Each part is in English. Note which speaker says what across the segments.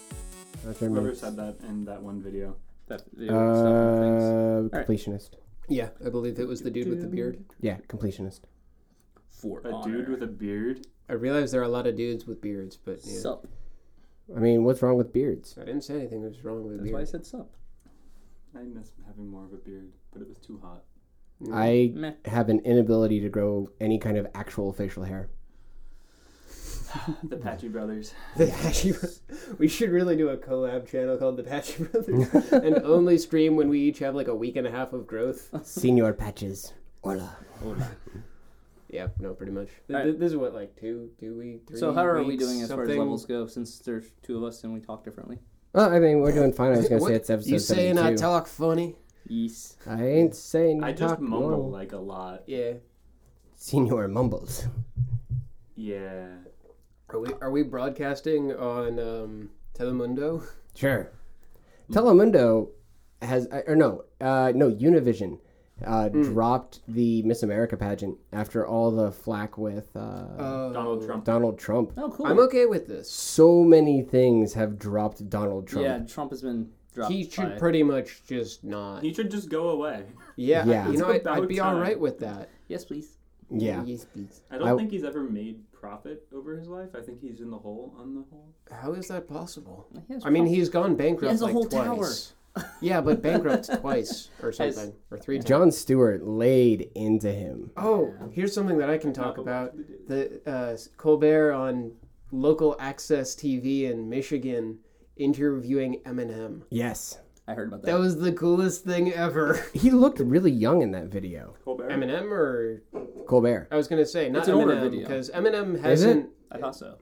Speaker 1: I can't
Speaker 2: Whoever
Speaker 1: remember.
Speaker 2: said that in that one video. That video stuff
Speaker 1: Uh,
Speaker 3: Alright.
Speaker 1: completionist.
Speaker 3: Yeah, I believe it was the dude with the beard.
Speaker 1: Yeah, completionist.
Speaker 3: For
Speaker 2: and things. A dude with a beard.
Speaker 3: I realize there are a lot of dudes with beards, but yeah.
Speaker 4: Sup.
Speaker 1: I mean, what's wrong with beards?
Speaker 3: I didn't say anything was wrong with
Speaker 4: That's why I
Speaker 3: beards.
Speaker 4: said sup.
Speaker 2: I miss having more of a beard, but it was too hot.
Speaker 3: Mm.
Speaker 1: I
Speaker 4: Meh.
Speaker 1: have an inability to grow any kind of actual facial hair.
Speaker 2: The Patchy Brothers.
Speaker 3: The Patchy Brothers. We should really do a collab channel called The Patchy Brothers and only stream when we each have like a week and a half of growth.
Speaker 1: Senor Patches. Hola.
Speaker 3: Yeah, no, pretty much. Th-
Speaker 4: Alright.
Speaker 3: th- This is what, like two, two week, three
Speaker 4: So how are we
Speaker 3: weeks,
Speaker 4: doing as far as
Speaker 3: something?
Speaker 4: levels go? Since there's two of us and we talk differently.
Speaker 1: Well, Oh, I mean, we're doing fine. I was gonna
Speaker 3: What?
Speaker 1: say it's episode
Speaker 3: You saying I
Speaker 1: 72.
Speaker 3: talk funny?
Speaker 4: Yes.
Speaker 1: I ain't saying you
Speaker 2: I just
Speaker 1: talk
Speaker 2: mumble
Speaker 1: normal.
Speaker 2: like a lot.
Speaker 3: Yeah.
Speaker 1: Senor mumbles.
Speaker 2: Yeah.
Speaker 3: Are we are we broadcasting on um, Telemundo?
Speaker 1: Sure. Telemundo has, or no, uh, no, Univision uh, dropped the Miss America pageant after all the flack with uh,
Speaker 2: Donald Trump.
Speaker 1: Donald Trump.
Speaker 4: Oh, cool.
Speaker 3: Oh. I'm okay with this.
Speaker 1: So many things have dropped Donald Trump.
Speaker 4: Yeah, Trump has been dropped.
Speaker 3: He should
Speaker 4: by-
Speaker 3: pretty much just not.
Speaker 2: He should just go away.
Speaker 3: Yeah,
Speaker 1: Yeah.
Speaker 3: you know,
Speaker 2: It's
Speaker 3: I'd, I'd
Speaker 2: about
Speaker 3: be
Speaker 2: time.
Speaker 3: all right with that.
Speaker 4: Yes, please.
Speaker 1: Yeah.
Speaker 3: Yes, please.
Speaker 2: I don't
Speaker 1: I-
Speaker 2: think he's ever made profit over his life. I think he's in the hole on the whole.
Speaker 3: How is that possible?
Speaker 4: He has
Speaker 3: I mean,
Speaker 4: Trump.
Speaker 3: he's gone bankrupt
Speaker 4: He has a
Speaker 3: like
Speaker 4: whole
Speaker 3: twice. yeah, but bankrupt twice or
Speaker 4: Has-
Speaker 3: something or three times.
Speaker 1: John Stewart laid into him.
Speaker 3: Oh, here's something that I can talk
Speaker 2: but
Speaker 3: about:
Speaker 2: what should
Speaker 3: the uh, Colbert on local access TV in Michigan interviewing Eminem.
Speaker 1: Yes.
Speaker 4: I heard about that.
Speaker 3: That was the coolest thing ever.
Speaker 1: He looked really young in that video.
Speaker 2: Colbert.
Speaker 3: Eminem or
Speaker 1: Colbert.
Speaker 3: I was gonna say not
Speaker 4: It's an older
Speaker 3: Eminem
Speaker 4: video.
Speaker 3: because Eminem hasn't.
Speaker 4: I thought so.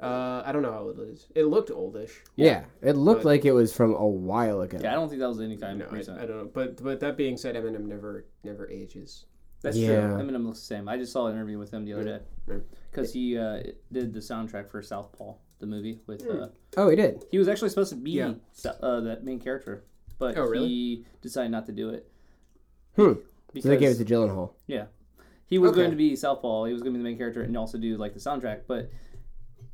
Speaker 3: Uh, I don't know how old it is. It looked oldish.
Speaker 1: Yeah. It looked like it was from a while ago.
Speaker 4: Yeah, I don't think that was any time
Speaker 3: No, I, I
Speaker 4: recent.
Speaker 3: don't know. But but that being said, Eminem never never ages.
Speaker 4: That's
Speaker 1: Yeah.
Speaker 4: true. Eminem looks the same. I just saw an interview with him the other day
Speaker 3: Right.
Speaker 4: because he uh, did the soundtrack for Southpaw, the movie. With uh,
Speaker 1: Oh, he did.
Speaker 4: he was actually supposed to be
Speaker 3: Yeah.
Speaker 4: Sou- uh, that main character, but
Speaker 3: Oh, really?
Speaker 4: he decided not to do it
Speaker 1: Hmm.
Speaker 4: because
Speaker 1: So they gave it to Gyllenhaal.
Speaker 4: yeah, he was
Speaker 3: Okay.
Speaker 4: going to be Southpaw. He was going to be the main character and also do like the soundtrack, but.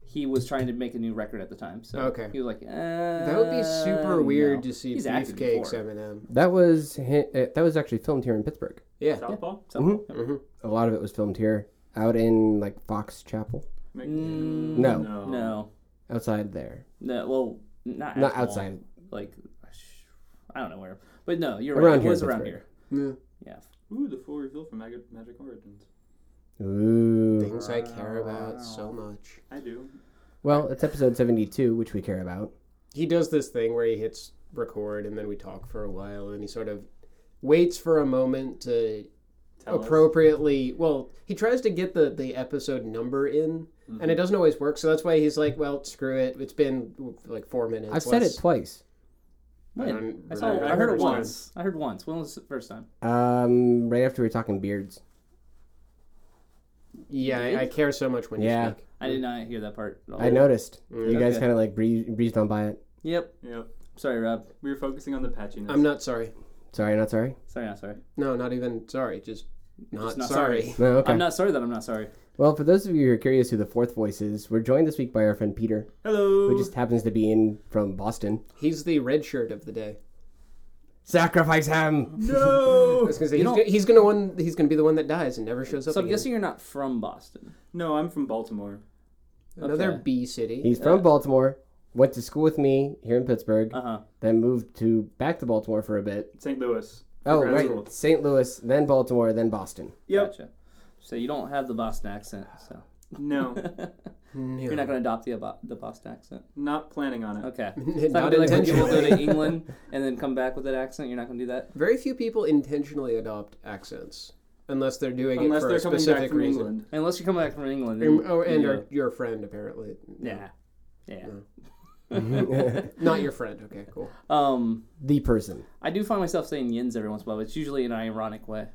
Speaker 4: He was trying to make a new record at the time, so
Speaker 3: Okay.
Speaker 4: he was like, uh,
Speaker 3: That would be super weird to see
Speaker 4: He's acted
Speaker 3: Beefcake's
Speaker 4: before.
Speaker 3: Eminem.
Speaker 1: That was hi- uh, that was actually filmed here in Pittsburgh.
Speaker 3: Yeah. mm-hmm.
Speaker 2: Southpaw?
Speaker 1: Mm-hmm.
Speaker 4: Southpaw.
Speaker 1: A lot of it was filmed here, out in like Fox Chapel,
Speaker 2: Make-
Speaker 4: Mm,
Speaker 1: No.
Speaker 2: No.
Speaker 3: Oh.
Speaker 4: no,
Speaker 1: outside there,
Speaker 4: no. Well, not
Speaker 1: not
Speaker 4: at all.
Speaker 1: outside.
Speaker 4: like sh- I don't know where, but no, you're
Speaker 1: Around
Speaker 4: right.
Speaker 1: here
Speaker 4: it was
Speaker 1: in
Speaker 4: around
Speaker 1: Pittsburgh.
Speaker 4: here.
Speaker 3: Yeah.
Speaker 4: Yeah,
Speaker 2: Ooh, the full reveal from Mag- Magic Origins.
Speaker 1: Ooh.
Speaker 3: Things I care about so much.
Speaker 2: I do.
Speaker 1: Well, it's episode seventy-two, which we care about.
Speaker 3: He does this thing where he hits record and then we talk for a while and he sort of waits for a moment to Oh,
Speaker 2: Tell us.
Speaker 3: appropriately well he tries to get the the episode number in
Speaker 2: Mm-hmm.
Speaker 4: Mm-hmm.
Speaker 3: and it doesn't always work so that's why he's like well screw it it's been like four minutes
Speaker 1: I've said it
Speaker 3: Let's-
Speaker 1: twice.
Speaker 3: Oh, I
Speaker 4: when
Speaker 3: don't
Speaker 4: I, saw,
Speaker 3: remember
Speaker 4: I heard it
Speaker 3: the first
Speaker 4: once. I heard once. When was the first time?
Speaker 1: Um, right after we were talking beards.
Speaker 3: yeah I, I care so much when you
Speaker 1: Yeah.
Speaker 3: speak
Speaker 4: I did not hear that part. At all.
Speaker 1: I noticed you guys
Speaker 4: Mm, Okay.
Speaker 1: kind of like breezed, breezed on by it.
Speaker 4: Yep.
Speaker 2: Yep.
Speaker 4: Sorry, Rob.
Speaker 2: We were focusing on the patchiness.
Speaker 3: i'm not sorry
Speaker 1: Sorry, not sorry.
Speaker 4: Sorry, not sorry.
Speaker 3: no not even sorry just not,
Speaker 4: Just not
Speaker 3: sorry,
Speaker 4: sorry.
Speaker 1: No, okay.
Speaker 4: I'm not sorry that I'm not sorry.
Speaker 1: Well, for those of you who are curious who the fourth voice is, we're joined this week by our friend Peter,
Speaker 2: Hello.
Speaker 1: who just happens to be in from Boston.
Speaker 3: he's the red shirt of the day
Speaker 1: Sacrifice him.
Speaker 3: I
Speaker 2: No.
Speaker 3: was gonna say,
Speaker 4: Oh, You
Speaker 3: he's,
Speaker 4: know-
Speaker 3: gonna, he's gonna one. He's gonna be the one that dies and never shows up.
Speaker 4: So I'm
Speaker 3: again.
Speaker 4: guessing you're not from Boston.
Speaker 2: no, I'm from Baltimore.
Speaker 3: another
Speaker 4: Okay.
Speaker 3: B city.
Speaker 1: He's from Baltimore. Went to school with me here in Pittsburgh.
Speaker 4: Uh huh.
Speaker 1: then moved to back to Baltimore for a bit.
Speaker 2: St. Louis.
Speaker 1: Oh,
Speaker 2: grad
Speaker 1: right,
Speaker 2: school.
Speaker 1: St. Louis, then Baltimore, then Boston.
Speaker 2: Yep.
Speaker 4: Gotcha. So you don't have the Boston accent. So
Speaker 2: No.
Speaker 4: you're not gonna adopt the abo- the Boston accent.
Speaker 2: Not planning on it.
Speaker 4: Okay.
Speaker 3: Not
Speaker 4: It's not gonna be like when people go to
Speaker 3: intentionally.
Speaker 4: England and then come back with that accent. You're not gonna do that.
Speaker 3: Very few people intentionally adopt accents unless they're doing
Speaker 2: Unless
Speaker 3: it for
Speaker 2: they're
Speaker 3: a
Speaker 2: coming back
Speaker 3: specific
Speaker 2: from
Speaker 3: reason.
Speaker 2: England.
Speaker 4: Unless you come back from England.
Speaker 3: Um,
Speaker 4: then-
Speaker 3: Oh, and
Speaker 4: yeah.
Speaker 3: your, your friend apparently.
Speaker 4: Yeah. Yeah.
Speaker 3: Not your friend. Okay, cool.
Speaker 4: Um,
Speaker 1: The person.
Speaker 4: I do find myself saying yins every once in a while, but it's usually in an ironic way.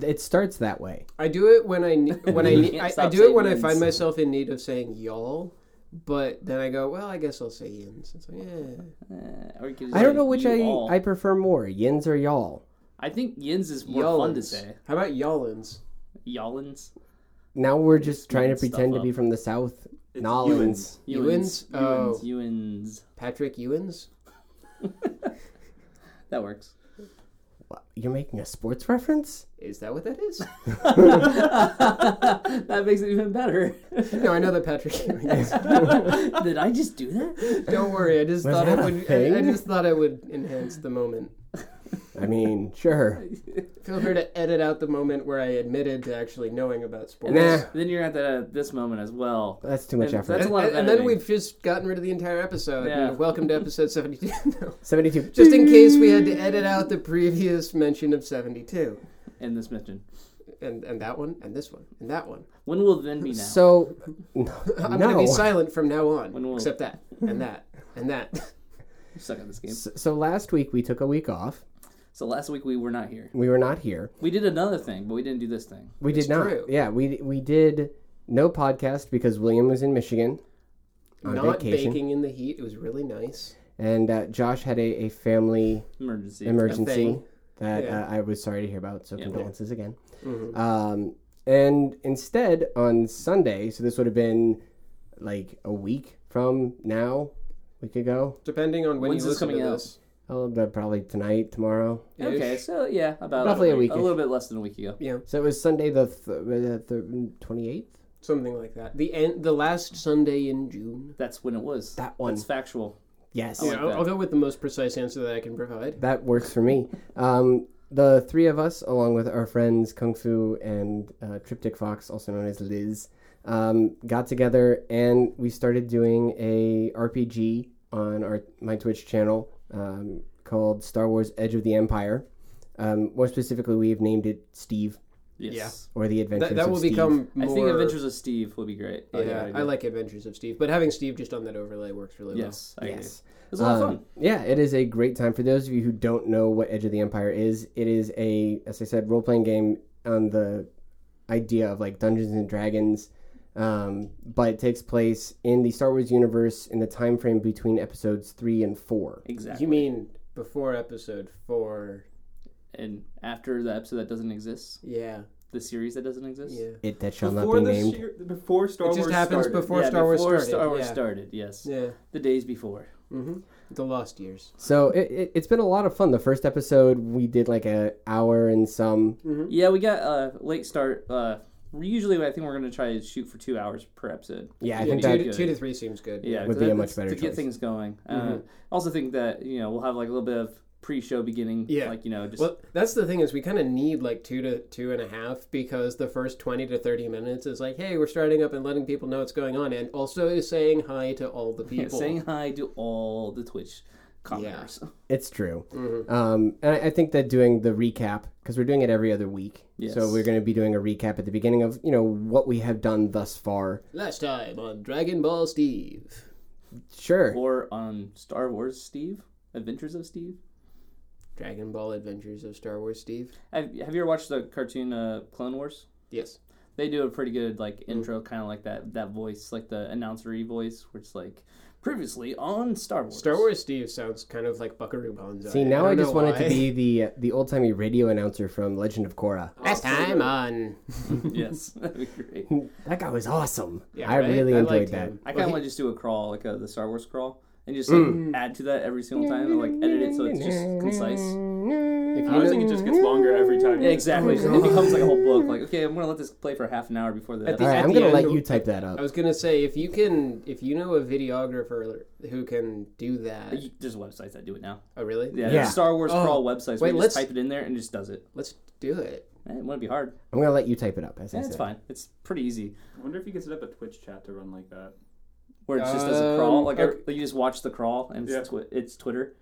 Speaker 1: It starts that way.
Speaker 3: I do it when I ne- when I, ne-
Speaker 4: can't
Speaker 3: I, I
Speaker 4: stop
Speaker 3: do it
Speaker 4: saying
Speaker 3: when I
Speaker 4: yins.
Speaker 3: find myself in need of saying y'all, but then I go, well, I guess I'll say yins. It's like, yeah.
Speaker 4: Uh, or you could just
Speaker 1: I don't
Speaker 4: say
Speaker 1: know which
Speaker 4: you
Speaker 1: I,
Speaker 4: all.
Speaker 1: I prefer more, yins or y'all.
Speaker 4: I think yins is more fun to
Speaker 3: Yallins.
Speaker 4: say.
Speaker 3: How about y'allins?
Speaker 4: Yallins.
Speaker 1: Now we're just trying to
Speaker 4: making stuff
Speaker 1: pretend to be
Speaker 4: up.
Speaker 1: from the South
Speaker 2: It's
Speaker 1: Nolans.
Speaker 3: Ewans? Oh.
Speaker 4: Ewans. Ewans.
Speaker 3: Patrick Ewans?
Speaker 4: That works.
Speaker 1: Wha- You're making a sports reference?
Speaker 3: Is that what that is?
Speaker 4: that makes it even better.
Speaker 3: no, I know that Patrick Ewans.
Speaker 4: Did I just do that?
Speaker 3: Don't worry, I just
Speaker 1: Was
Speaker 3: thought it
Speaker 1: that a
Speaker 3: would. I, I
Speaker 1: thing?
Speaker 3: just thought I would enhance the moment.
Speaker 1: I mean, sure.
Speaker 3: Feel free to edit out the moment where I admitted to actually knowing about sports.
Speaker 1: Nah,
Speaker 4: Then you're at the, this moment as well.
Speaker 1: that's too much
Speaker 4: And
Speaker 1: effort.
Speaker 4: that's a lot of
Speaker 3: and, and then
Speaker 4: editing.
Speaker 3: we've just gotten rid of the entire episode.
Speaker 4: Yeah.
Speaker 3: And welcome to episode 72. No.
Speaker 1: 72.
Speaker 3: Just in case we had to edit out the previous mention of 72.
Speaker 4: in this mission.
Speaker 3: And, and that one, and this one, and that one.
Speaker 4: When will then be now?
Speaker 1: So, no.
Speaker 3: I'm going to
Speaker 1: no.
Speaker 3: be silent from now on,
Speaker 4: When will-
Speaker 3: except that, and that, and that.
Speaker 4: You suck at this game.
Speaker 1: S- So last week we took a week off.
Speaker 4: So last week we were not here.
Speaker 1: We were not here.
Speaker 4: We did another thing, but we didn't do this thing.
Speaker 1: We
Speaker 3: It's
Speaker 1: did not.
Speaker 3: true.
Speaker 1: Yeah, we we did no podcast because William was in Michigan on
Speaker 3: Not
Speaker 1: vacation,
Speaker 3: baking in the heat. It was really nice.
Speaker 1: and uh, Josh had a, a family
Speaker 4: Emergency.
Speaker 1: emergency
Speaker 3: thing.
Speaker 1: that
Speaker 3: Yeah.
Speaker 1: uh, I was sorry to hear about. So condolences again.
Speaker 3: Mhm.
Speaker 1: Um, and instead on Sunday, so this would have been like a week from now, week ago.
Speaker 3: Depending on when
Speaker 4: When's
Speaker 3: you
Speaker 4: this
Speaker 3: listen
Speaker 4: coming
Speaker 3: to
Speaker 4: out?
Speaker 3: this.
Speaker 1: Oh, but probably tonight, tomorrow.
Speaker 4: Okay, so yeah, about
Speaker 1: Roughly a week.
Speaker 4: A little bit less than a week ago.
Speaker 3: Yeah,
Speaker 1: So it was Sunday the twenty eighth.
Speaker 3: something like that. The end, the last Sunday in June.
Speaker 4: That's when it was.
Speaker 1: That one.
Speaker 4: That's factual.
Speaker 1: yes,
Speaker 3: Yeah, I'll, I'll go with the most precise answer that I can provide.
Speaker 1: that works for me. Um, the three of us, along with our friends Kung Fu and uh, Triptych Fox, also known as Liz, um, got together and we started doing a RPG on our my Twitch channel um, called Star Wars: Edge of the Empire. Um, more specifically, we have named it Steve
Speaker 4: Yes.
Speaker 1: or the Adventures.
Speaker 3: That, that
Speaker 1: of
Speaker 3: will
Speaker 1: Steve.
Speaker 3: become
Speaker 4: I
Speaker 3: more.
Speaker 4: think Adventures of Steve would be great.
Speaker 3: Oh, Yeah, I like Adventures of Steve, but having Steve just on that overlay works really
Speaker 4: Yes, I agree.
Speaker 1: yes.
Speaker 4: It was a lot of
Speaker 1: Um,
Speaker 4: fun.
Speaker 1: Yeah, it is a great time. For those of you who don't know what Edge of the Empire is, it is a, as I said, role playing game on the idea of like Dungeons and Dragons, um, but it takes place in the Star Wars universe in the time frame between episodes three and four.
Speaker 3: well.
Speaker 4: Exactly.
Speaker 3: You mean before episode four?
Speaker 4: and after the episode that doesn't exist,
Speaker 3: Yeah,
Speaker 4: the series that doesn't exist.
Speaker 3: yeah.
Speaker 1: It that shall
Speaker 2: Before
Speaker 1: not be
Speaker 2: this
Speaker 1: named.
Speaker 2: year, before Star
Speaker 3: it just
Speaker 2: Wars
Speaker 3: happens
Speaker 2: started.
Speaker 3: before
Speaker 4: Yeah,
Speaker 3: Star Wars
Speaker 4: before
Speaker 3: started.
Speaker 4: Star Wars
Speaker 3: yeah.
Speaker 4: started, yes.
Speaker 3: Yeah.
Speaker 4: The days before.
Speaker 3: hmm The lost years.
Speaker 1: So it, it, it's been a lot of fun. The first episode we did like a hour and some.
Speaker 3: Mm-hmm.
Speaker 4: Yeah, we got a late start. Uh, usually, I think we're going to try to shoot for two hours per episode.
Speaker 1: Yeah, I
Speaker 4: Yeah,
Speaker 1: think
Speaker 3: Two,
Speaker 1: that
Speaker 3: to,
Speaker 4: good.
Speaker 3: two to three seems good.
Speaker 4: Yeah,
Speaker 1: Would
Speaker 4: so
Speaker 1: be a
Speaker 4: that-
Speaker 1: much
Speaker 4: that's
Speaker 1: better
Speaker 4: to
Speaker 1: choice.
Speaker 4: get things going. Uh,
Speaker 3: Mm-hmm.
Speaker 4: I also think that you know we'll have like a little bit of pre-show beginning.
Speaker 3: Yeah.
Speaker 4: like you know just
Speaker 3: Well, that's the thing is we kind of need like two to two and a half because the first twenty to thirty minutes is like, hey, we're starting up and letting people know what's going on, and also is saying hi to all the people.
Speaker 4: saying hi to all the Twitch commenters.
Speaker 1: It's true.
Speaker 3: Mm-hmm.
Speaker 1: Um, and I, I think that doing the recap, because we're doing it every other week.
Speaker 4: Yes.
Speaker 1: So we're going to be doing a recap at the beginning of, you know, what we have done thus far.
Speaker 3: Last time on Dragon Ball Steve.
Speaker 1: Sure.
Speaker 4: Or on Star Wars, Steve Adventures of Steve.
Speaker 3: Dragon Ball Adventures of Star Wars Steve.
Speaker 4: Have, have you ever watched the cartoon uh, Clone Wars?
Speaker 3: Yes.
Speaker 4: They do a pretty good
Speaker 3: Mm.
Speaker 4: like intro, kind of like that that voice, like the announcery voice, where it's like previously on Star Wars.
Speaker 3: Star Wars Steve sounds kind of like Buckaroo Banzai.
Speaker 1: See, now I,
Speaker 3: don't
Speaker 1: just
Speaker 3: know
Speaker 1: want it to
Speaker 3: why.
Speaker 1: be the uh, the old timey radio announcer from Legend of Korra.
Speaker 3: Last time on.
Speaker 4: yes, that'd be great.
Speaker 1: That guy was awesome.
Speaker 3: Yeah,
Speaker 1: I
Speaker 3: right?
Speaker 1: really
Speaker 3: I
Speaker 1: enjoyed
Speaker 3: liked
Speaker 1: that.
Speaker 3: him.
Speaker 4: I kind of want to just do a crawl, like a, the Star Wars crawl, and just like
Speaker 3: Mm.
Speaker 4: add to that every single time, and like edit it so it's just concise.
Speaker 3: If
Speaker 2: I
Speaker 3: you
Speaker 2: was
Speaker 3: know,
Speaker 2: thinking it just gets longer every time.
Speaker 4: Yeah, exactly.
Speaker 3: Oh,
Speaker 4: it
Speaker 3: God.
Speaker 4: becomes like a whole book. Like, okay, I'm gonna let this play for half an hour before the.
Speaker 3: At the
Speaker 1: All
Speaker 4: episode.
Speaker 1: right,
Speaker 3: At
Speaker 1: I'm going to
Speaker 3: end,
Speaker 1: let you type that up.
Speaker 3: I was gonna say if you can, if you know a videographer who can do that.
Speaker 4: Uh, You- There's websites that do it now.
Speaker 3: Oh, really?
Speaker 4: Yeah,
Speaker 1: Yeah.
Speaker 4: there's Star Wars
Speaker 3: Oh,
Speaker 4: crawl websites. Wait,
Speaker 3: wait, let's-
Speaker 4: let's type it in there and it just does it.
Speaker 3: Let's do it.
Speaker 4: Eh, It wouldn't be hard.
Speaker 1: I'm going to let you type it up. As I
Speaker 4: Yeah,
Speaker 1: said.
Speaker 4: it's fine. It's pretty easy.
Speaker 2: I wonder if he could set up a Twitch chat to run like that.
Speaker 4: Where it just does a crawl.
Speaker 3: Um,
Speaker 4: Like,
Speaker 3: okay.
Speaker 4: like, you just watch the crawl and
Speaker 2: Yeah.
Speaker 4: it's, twi- it's Twitter.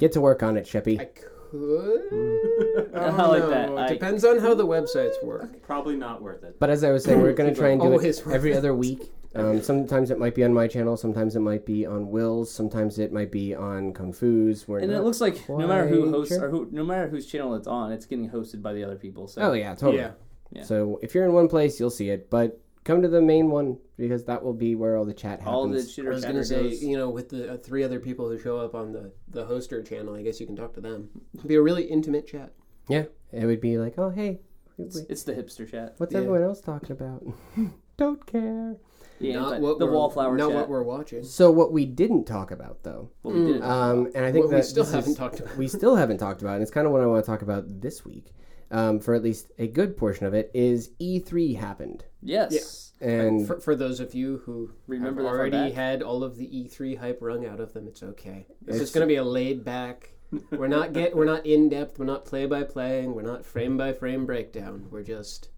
Speaker 1: Get to work on it, Sheppy.
Speaker 3: I could.
Speaker 4: I like that. I-
Speaker 3: Depends on how the websites work.
Speaker 2: Probably not worth it.
Speaker 1: But as I was saying, we're going to try and do
Speaker 3: Always
Speaker 1: it
Speaker 3: worth
Speaker 1: every other week. Um, sometimes it might be on my channel. Sometimes it might be on Will's. Sometimes it might be on Kung Fu's. We're
Speaker 4: And it
Speaker 1: not-
Speaker 4: looks like no matter who
Speaker 1: quite
Speaker 4: hosts
Speaker 1: sure.
Speaker 4: or who, no matter whose channel it's on, it's getting hosted by the other people. So
Speaker 1: oh yeah, totally.
Speaker 3: Yeah.
Speaker 4: Yeah.
Speaker 1: So if you're in one place, you'll see it. But come to the main one because that will be where all the chat happens.
Speaker 4: all the
Speaker 3: I
Speaker 4: shitter
Speaker 3: was
Speaker 4: chatter
Speaker 3: gonna say,
Speaker 4: goes.
Speaker 3: you know, with the uh, three other people who show up on the the hoster channel, I guess you can talk to them. It'd be a really intimate chat.
Speaker 1: yeah, it would be like, oh hey,
Speaker 4: It's, it's the hipster chat.
Speaker 1: what's
Speaker 3: Yeah.
Speaker 1: everyone else talking about? Don't care.
Speaker 4: Yeah,
Speaker 3: not
Speaker 4: but
Speaker 3: what
Speaker 4: the
Speaker 3: we're,
Speaker 4: wallflower
Speaker 3: Not
Speaker 4: chat.
Speaker 3: what we're Mm. watching.
Speaker 1: So what we didn't talk about though,
Speaker 4: Well, we didn't.
Speaker 1: um, and I think
Speaker 3: What
Speaker 1: that
Speaker 3: we still
Speaker 1: this
Speaker 3: haven't
Speaker 1: is-
Speaker 3: talked about.
Speaker 1: we still haven't talked about, and it's kind of what I want to talk about this week, um, for at least a good portion of it, is E3 happened,
Speaker 4: yes.
Speaker 1: and
Speaker 3: for, for those of you who
Speaker 4: Mm. Remember
Speaker 3: remember
Speaker 4: that far
Speaker 3: already
Speaker 4: back?
Speaker 3: had all of the E3 hype wrung out of them, it's okay. This
Speaker 1: It's-
Speaker 3: is going to be a laid back. We're not get we're not in depth. We're not play by playing. We're not frame by frame breakdown. We're just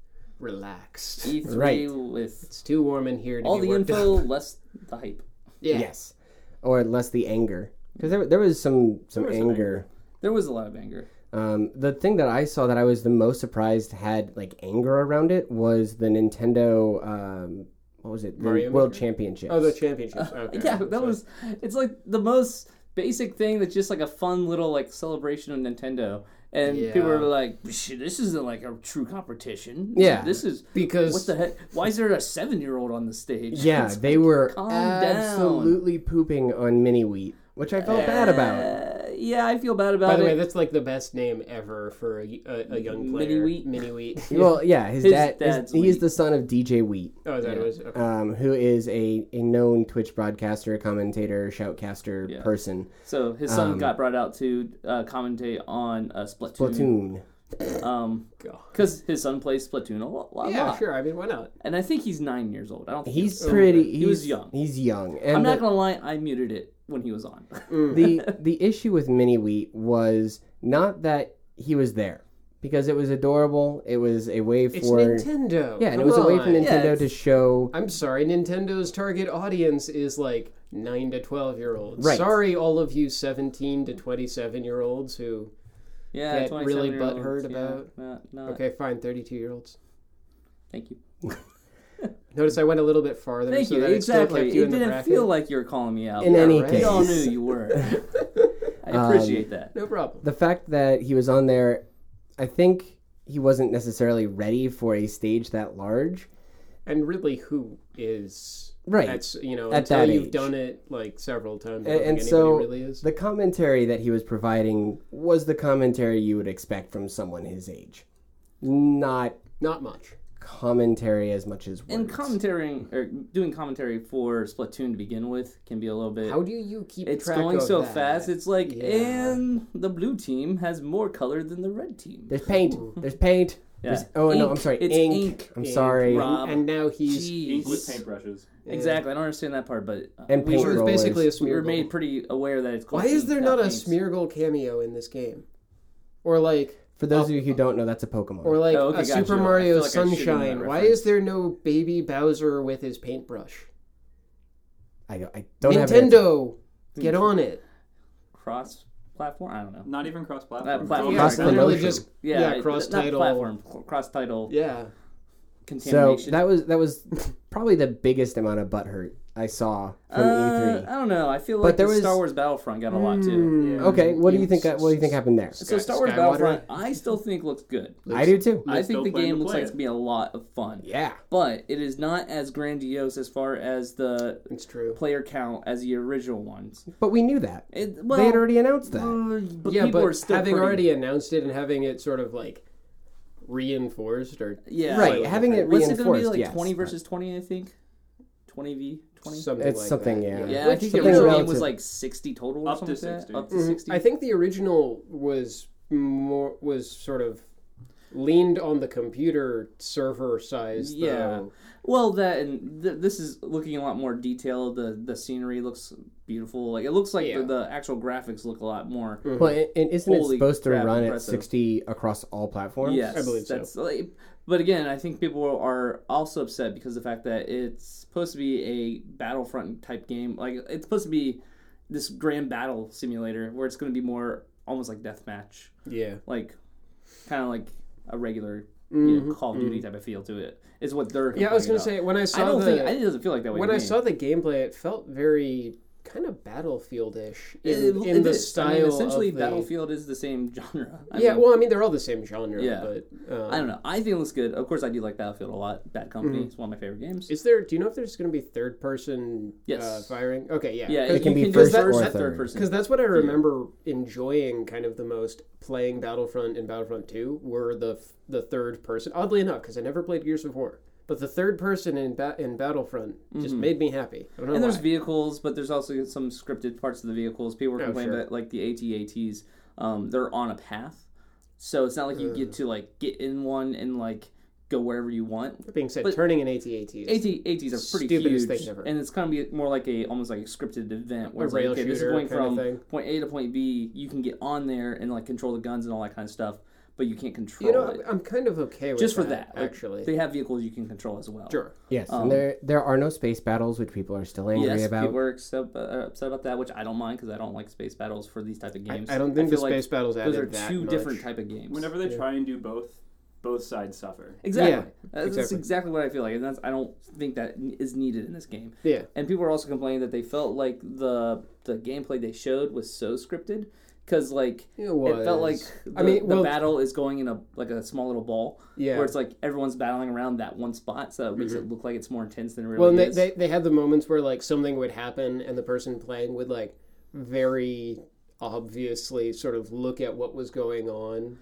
Speaker 3: relaxed.
Speaker 4: E3
Speaker 1: Right.
Speaker 4: E with
Speaker 3: It's too warm in here to
Speaker 4: all
Speaker 3: be
Speaker 4: the
Speaker 3: worked
Speaker 4: info,
Speaker 3: up.
Speaker 4: less the hype.
Speaker 3: Yeah.
Speaker 1: yes, or less the anger, because there there was some some
Speaker 2: was some
Speaker 1: anger.
Speaker 4: There was a lot of anger.
Speaker 1: Um, the thing that I saw that I was the most surprised had like anger around it was the Nintendo. Um, what was it? The
Speaker 3: Mario
Speaker 1: World
Speaker 3: Maker?
Speaker 1: Championships.
Speaker 3: Oh, the championships. Okay.
Speaker 4: Uh, yeah, that
Speaker 3: So-
Speaker 4: was. It's like the most basic thing that's just like a fun little like celebration of Nintendo, and people
Speaker 3: Yeah.
Speaker 4: are like, "Shit, "This isn't like a true competition."
Speaker 1: Yeah.
Speaker 4: this is
Speaker 3: because
Speaker 4: what the heck? Why is there a seven-year-old on the stage?
Speaker 1: Yeah,
Speaker 4: It's
Speaker 1: they
Speaker 4: like,
Speaker 1: were
Speaker 4: calm down.
Speaker 1: absolutely pooping on mini wheat, which I felt bad about.
Speaker 4: Uh, yeah, I feel bad about
Speaker 3: By the
Speaker 4: it.
Speaker 3: way, that's like the best name ever for a, a, a young
Speaker 4: Mini
Speaker 3: player.
Speaker 4: Wheat?
Speaker 3: Mini Wheat.
Speaker 1: Well, yeah, his,
Speaker 4: His
Speaker 1: dad. Is,
Speaker 4: dad's
Speaker 1: he is
Speaker 4: Wheat.
Speaker 1: the son of DJ Wheat,
Speaker 3: Oh, is that
Speaker 4: Yeah.
Speaker 3: what it was? Okay.
Speaker 1: um, who is a, a known Twitch broadcaster, commentator, shoutcaster
Speaker 4: Yeah. Mm.
Speaker 1: person.
Speaker 4: so his son
Speaker 1: um,
Speaker 4: got brought out to uh, commentate on uh, Splatoon,
Speaker 1: Platoon.
Speaker 4: um,
Speaker 3: God.
Speaker 4: because his son plays Splatoon a lot, lot,
Speaker 3: Yeah,
Speaker 4: lot.
Speaker 3: sure. I mean, why not?
Speaker 4: and I think he's nine years old. I don't. Think he
Speaker 1: He's
Speaker 4: was-
Speaker 1: pretty. He's,
Speaker 4: Oh, He was young.
Speaker 1: He's young. And
Speaker 4: I'm
Speaker 1: the-
Speaker 4: not gonna lie, I muted it when he was on.
Speaker 3: Mm.
Speaker 1: the the issue with Mini Wheat was not that he was there because it was adorable. It was a way
Speaker 3: It's
Speaker 1: for
Speaker 3: Nintendo.
Speaker 1: yeah, and it
Speaker 3: Come
Speaker 1: was a way for
Speaker 3: on.
Speaker 1: Nintendo
Speaker 4: Yeah,
Speaker 1: to show
Speaker 3: I'm sorry, Nintendo's target audience is like 9 to 12 year olds.
Speaker 1: Right.
Speaker 3: Sorry, all of you 17 to 27 year olds who.
Speaker 4: Yeah,
Speaker 3: Get really
Speaker 4: 27-year-olds,
Speaker 3: butthurt
Speaker 4: yeah,
Speaker 3: about-
Speaker 4: not- not-
Speaker 3: Okay, fine, 32 year olds.
Speaker 4: Thank you.
Speaker 3: Notice I went a little bit farther.
Speaker 4: Thank
Speaker 3: so
Speaker 4: you.
Speaker 3: That it still
Speaker 4: Exactly.
Speaker 3: kept you
Speaker 4: It
Speaker 3: in the
Speaker 4: didn't
Speaker 3: bracket.
Speaker 4: feel like you were calling me out.
Speaker 1: in any
Speaker 3: right.
Speaker 1: case
Speaker 4: we all knew you were. I appreciate that.
Speaker 3: No problem.
Speaker 1: the fact that he was on there. I think he wasn't necessarily ready for a stage that large.
Speaker 3: And really, who is.
Speaker 1: Right.
Speaker 3: That's, you know,
Speaker 1: At
Speaker 3: until
Speaker 1: that
Speaker 3: you've
Speaker 1: age.
Speaker 3: done it like several times. I
Speaker 1: And-
Speaker 3: don't
Speaker 1: and
Speaker 3: think
Speaker 1: so
Speaker 3: anybody really is.
Speaker 1: The commentary that he was providing was the commentary you would expect from someone his age, not
Speaker 3: Not much.
Speaker 1: commentary as much as words.
Speaker 4: And commentating or doing commentary for Splatoon to begin with can be a little bit.
Speaker 3: How do you keep
Speaker 4: it's
Speaker 3: track
Speaker 4: going
Speaker 3: of
Speaker 4: so
Speaker 3: that?
Speaker 4: fast. It's like,
Speaker 3: Yeah.
Speaker 4: and the blue team has more color than the red team.
Speaker 1: There's paint. There's paint.
Speaker 4: Yeah.
Speaker 1: There's, oh no, I'm
Speaker 4: Ink.
Speaker 1: sorry.
Speaker 4: It's
Speaker 1: ink.
Speaker 4: ink.
Speaker 1: I'm
Speaker 3: Ink,
Speaker 1: sorry.
Speaker 4: Rob.
Speaker 3: And, and now he's
Speaker 2: Ink with
Speaker 4: Jeez.
Speaker 2: paintbrushes.
Speaker 4: Exactly. I don't understand that part, but uh,
Speaker 1: And paint
Speaker 4: we
Speaker 3: Which was
Speaker 4: were,
Speaker 1: rollers.
Speaker 3: basically a
Speaker 4: we were
Speaker 3: smear.
Speaker 4: made pretty aware that it's called.
Speaker 3: Why is
Speaker 4: ink,
Speaker 3: there not a
Speaker 4: paints.
Speaker 3: Smeargle cameo in this game? Or like,
Speaker 1: For those of you who don't know, that's a Pokemon.
Speaker 3: or like
Speaker 4: Oh, okay,
Speaker 3: a
Speaker 4: gotcha.
Speaker 3: Super
Speaker 4: I
Speaker 3: Mario
Speaker 4: feel like I should know that
Speaker 3: Sunshine? Why
Speaker 4: reference.
Speaker 3: is there no Baby Bowser with his paintbrush?
Speaker 1: I, don't- I don't have an answer.
Speaker 3: Nintendo, get on it.
Speaker 4: cross platform? I don't know.
Speaker 2: Not even cross
Speaker 4: Uh,
Speaker 2: platform.
Speaker 4: platform.
Speaker 3: Yeah,
Speaker 4: Cross
Speaker 3: it's literally
Speaker 1: promotion.
Speaker 3: just
Speaker 4: Yeah,
Speaker 3: yeah,
Speaker 4: it-
Speaker 3: cross
Speaker 4: not
Speaker 3: title.
Speaker 4: platform, cross title
Speaker 3: Yeah,
Speaker 1: So
Speaker 4: contamination.
Speaker 1: that was that was probably the biggest amount of butthurt I saw from E
Speaker 4: Uh,
Speaker 1: E3.
Speaker 4: I don't know. I feel like
Speaker 1: there
Speaker 4: the
Speaker 1: was-
Speaker 4: Star Wars Battlefront got a lot
Speaker 3: Hmm.
Speaker 4: too.
Speaker 1: Hmm. Okay, what do you think? What do you think happened there?
Speaker 4: um, So Star Wars
Speaker 3: Skywater?
Speaker 4: Battlefront, I still think looks good.
Speaker 1: I do too.
Speaker 4: I
Speaker 2: still
Speaker 4: think the
Speaker 2: plan
Speaker 4: game
Speaker 2: to
Speaker 4: looks
Speaker 2: play
Speaker 4: like it's
Speaker 2: it.
Speaker 4: gonna be a lot of fun.
Speaker 1: Yeah,
Speaker 4: But it is not as grandiose as far as the
Speaker 3: It's true.
Speaker 4: player count as the original ones.
Speaker 1: but we knew that
Speaker 4: It, well,
Speaker 1: they had already announced that.
Speaker 4: uh, but
Speaker 3: yeah,
Speaker 4: people
Speaker 3: but
Speaker 4: are still
Speaker 3: having
Speaker 4: pretty-
Speaker 3: already announced it and having it sort of like reinforced or
Speaker 4: yeah,
Speaker 1: right, having it
Speaker 4: What's
Speaker 1: reinforced.
Speaker 4: it gonna be like
Speaker 1: yes,
Speaker 4: twenty
Speaker 1: but
Speaker 4: versus twenty? I think twenty v twenty.
Speaker 3: something.
Speaker 1: It's
Speaker 3: like
Speaker 1: something,
Speaker 3: that.
Speaker 1: yeah.
Speaker 4: Yeah, I
Speaker 1: Which
Speaker 4: think
Speaker 1: is
Speaker 4: the
Speaker 1: something
Speaker 4: original game
Speaker 1: relative.
Speaker 4: was like sixty total, or
Speaker 2: Up to
Speaker 4: something like that.
Speaker 2: 60.
Speaker 4: Up to
Speaker 3: Mhm.
Speaker 4: sixty.
Speaker 3: I think the original was more was sort of leaned on the computer server size.
Speaker 1: Mm-hmm.
Speaker 4: Yeah.
Speaker 3: though.
Speaker 4: Well, that and th- this is looking a lot more detailed. The the scenery looks beautiful. Like it looks like
Speaker 3: Yeah.
Speaker 4: the, the actual graphics look a lot more.
Speaker 1: Well, and- and isn't it
Speaker 4: Holy
Speaker 1: supposed to
Speaker 4: crap,
Speaker 1: run
Speaker 4: impressive.
Speaker 1: at sixty across all platforms?
Speaker 4: Yes,
Speaker 3: I believe so.
Speaker 4: that's like- but again, I think people are also upset because the fact that it's supposed to be a Battlefront type game. Like it's supposed to be this grand battle simulator where it's going to be more almost like deathmatch,
Speaker 3: yeah.
Speaker 4: like kind of like a regular you know, Call of Duty type of feel to it. Is what they're
Speaker 3: Mm-hmm, Yeah, I was
Speaker 4: complaining
Speaker 3: gonna say when I saw
Speaker 4: about. I don't
Speaker 3: the
Speaker 4: think it doesn't feel like that way.
Speaker 3: when
Speaker 4: to
Speaker 3: I
Speaker 4: me.
Speaker 3: saw the gameplay, it felt very kind of battlefield-ish
Speaker 4: It-
Speaker 3: in, in
Speaker 4: it
Speaker 3: the
Speaker 4: is.
Speaker 3: style.
Speaker 4: I mean, essentially,
Speaker 3: of the,
Speaker 4: Battlefield is the same genre. I
Speaker 3: yeah,
Speaker 4: mean,
Speaker 3: well, I mean, they're all the same genre.
Speaker 4: Yeah.
Speaker 3: but um,
Speaker 4: I don't know. I think it looks good. Of course, I do like Battlefield a lot. Bad Company
Speaker 3: Mm-hmm.
Speaker 4: is one of my favorite games.
Speaker 3: Is there? Do you know if there's going to be third-person
Speaker 4: Yes.
Speaker 3: uh, firing? Okay, yeah,
Speaker 4: yeah,
Speaker 1: it can
Speaker 4: you
Speaker 1: be
Speaker 4: do
Speaker 1: first
Speaker 4: that-
Speaker 1: or
Speaker 4: that
Speaker 1: third.
Speaker 4: person.
Speaker 3: Because that's what I remember enjoying kind of the most playing Battlefront and Battlefront 2 were the the third person. Oddly enough, because I never played Gears of War. But the third person in ba- in Battlefront just made me happy. I don't know
Speaker 4: Mm-hmm. And there's
Speaker 3: why.
Speaker 4: vehicles, but there's also some scripted parts of the vehicles. People were
Speaker 3: Oh,
Speaker 4: complaining
Speaker 3: sure.
Speaker 4: that like the ATATs, um, they're on a path, so it's not like you get to like get in one and like go wherever you want.
Speaker 3: That being said,
Speaker 4: but-
Speaker 3: turning an AT-AT is
Speaker 4: AT, ATs are pretty
Speaker 3: Stupidest
Speaker 4: huge,
Speaker 3: thing ever.
Speaker 4: and it's kind of be more like a almost like a scripted event where
Speaker 3: A
Speaker 4: it's like,
Speaker 3: rail
Speaker 4: okay, this is
Speaker 3: shooter
Speaker 4: going
Speaker 3: kinda
Speaker 4: from
Speaker 3: thing.
Speaker 4: point A to point B. You can get on there and like control the guns and all that kind of stuff, but you can't control
Speaker 3: You know, I'm,
Speaker 4: it.
Speaker 3: I'm kind of okay with
Speaker 4: Just for
Speaker 3: that,
Speaker 4: that, like,
Speaker 3: actually.
Speaker 4: they have vehicles you can control as well.
Speaker 3: sure.
Speaker 1: Yes,
Speaker 4: Um,
Speaker 1: and there there are no space battles, which people are still angry
Speaker 4: Yes,
Speaker 1: about.
Speaker 4: people are upset, uh, upset about that, which I don't mind because I don't like space battles for these type of
Speaker 3: I,
Speaker 4: games.
Speaker 3: I don't think the
Speaker 4: feel like
Speaker 3: space battles added
Speaker 4: those are
Speaker 3: that
Speaker 4: two
Speaker 3: much.
Speaker 4: different type of games.
Speaker 2: Whenever they try and do both, both sides suffer.
Speaker 4: exactly,
Speaker 3: Yeah,
Speaker 4: that's
Speaker 3: exactly.
Speaker 4: exactly. what I feel like, and that's I don't think that n- is needed in this game.
Speaker 3: Yeah.
Speaker 4: And people are also complaining that they felt like the the gameplay they showed was so scripted because like.
Speaker 3: It,
Speaker 4: It felt like
Speaker 3: was.
Speaker 4: the,
Speaker 3: I mean,
Speaker 4: the
Speaker 3: well-
Speaker 4: battle is going in a like a small little ball,
Speaker 3: Yeah. Mm-hmm.
Speaker 4: where it's like everyone's battling around that one spot, so it makes it look like it's more intense than it really
Speaker 3: Well, and they,
Speaker 4: is.
Speaker 3: they, they had the moments where like something would happen and the person playing would like very obviously sort of look at what was going on.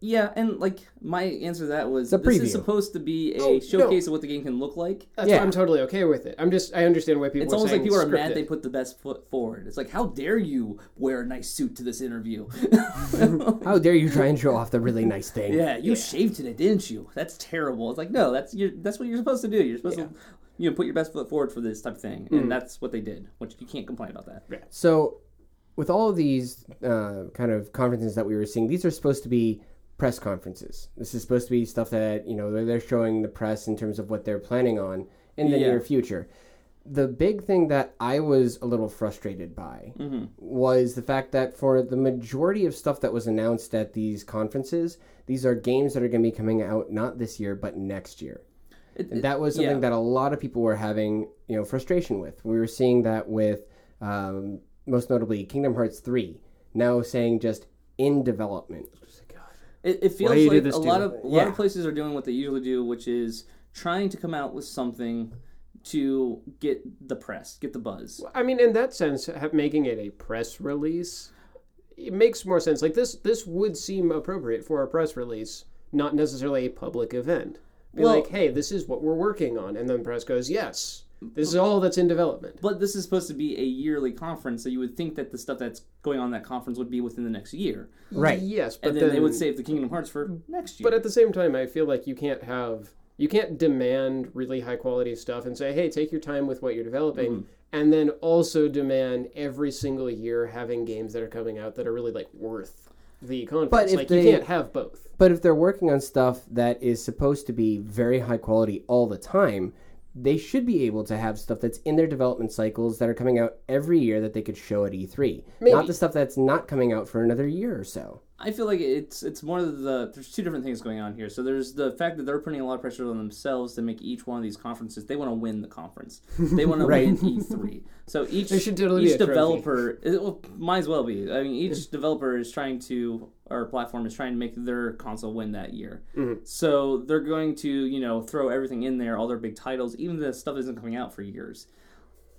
Speaker 4: Yeah, and like my answer to that was
Speaker 1: a
Speaker 4: this
Speaker 1: preview.
Speaker 4: is supposed to be a
Speaker 3: Oh,
Speaker 4: showcase of what the game can look like.
Speaker 3: That's
Speaker 1: Yeah.
Speaker 3: I'm totally okay with it. I'm just I understand why people
Speaker 4: It's
Speaker 3: are
Speaker 4: almost like
Speaker 3: saying
Speaker 4: people are
Speaker 3: scripted.
Speaker 4: mad they put the best foot forward. It's like, how dare you wear a nice suit to this interview?
Speaker 1: How Oh, dare you try and show off the really nice thing?
Speaker 4: yeah, you shaved today, didn't you? That's terrible. It's like, no, that's you that's what you're supposed to do. You're supposed to you know put your best foot forward for this type of thing,
Speaker 3: Hmm.
Speaker 4: and that's what they did. Which you can't complain about that.
Speaker 1: So, with all of these uh, kind of conferences that we were seeing, these are supposed to be press conferences. This is supposed to be stuff that you know they're, they're showing the press in terms of what they're planning on in the
Speaker 4: Yeah.
Speaker 1: near future. The big thing that I was a little frustrated by was the fact that for the majority of stuff that was announced at these conferences, these are games that are going to be coming out not this year but next year.
Speaker 4: It-
Speaker 1: And that was something
Speaker 4: yeah.
Speaker 1: that a lot of people were having, you know, frustration with. We were seeing that with, um, most notably, Kingdom Hearts three now saying just in development.
Speaker 4: It, it
Speaker 3: Why you
Speaker 4: feels
Speaker 3: do
Speaker 4: like
Speaker 3: this
Speaker 4: a
Speaker 3: to
Speaker 4: lot
Speaker 3: me?
Speaker 4: of a lot
Speaker 1: Yeah.
Speaker 4: of places are doing what they usually do, which is trying to come out with something to get the press, get the buzz.
Speaker 3: I mean, in that sense, ha- making it a press release, it makes more sense. Like this, this would seem appropriate for a press release, not necessarily a public event. Be
Speaker 4: Well-
Speaker 3: like, hey, this is what we're working on, and then press goes, yes, this is all that's in development.
Speaker 4: But this is supposed to be a yearly conference, so you would think that the stuff that's going on in that conference would be within the next year,
Speaker 1: Right.
Speaker 3: Yes, but
Speaker 4: and then, they would save the Kingdom Hearts for next year.
Speaker 3: But at the same time, I feel like you can't have you can't demand really high quality stuff and say, "Hey, take your time with what you're developing,"
Speaker 4: Mm-hmm.
Speaker 3: and then also demand every single year having games that are coming out that are really like worth the conference.
Speaker 1: But if
Speaker 3: like
Speaker 1: they-
Speaker 3: you can't have both.
Speaker 1: But if they're working on stuff that is supposed to be very high quality all the time, they should be able to have stuff that's in their development cycles that are coming out every year that they could show at E3, not
Speaker 3: Maybe.
Speaker 1: the stuff that's not coming out for another year or so.
Speaker 4: I feel like it's it's more of the there's two different things going on here. So there's the fact that they're putting a lot of pressure on themselves to make each one of these conferences. They want to win the conference. They want
Speaker 1: Right.
Speaker 4: to win E3. So each
Speaker 3: There should totally be
Speaker 4: each
Speaker 3: a trophy.
Speaker 4: developer it, well, might as well be. I mean, each developer is trying to or platform is trying to make their console win that year.
Speaker 3: Mm-hmm.
Speaker 4: So they're going to you know throw everything in there, all their big titles, even the stuff that isn't coming out for years.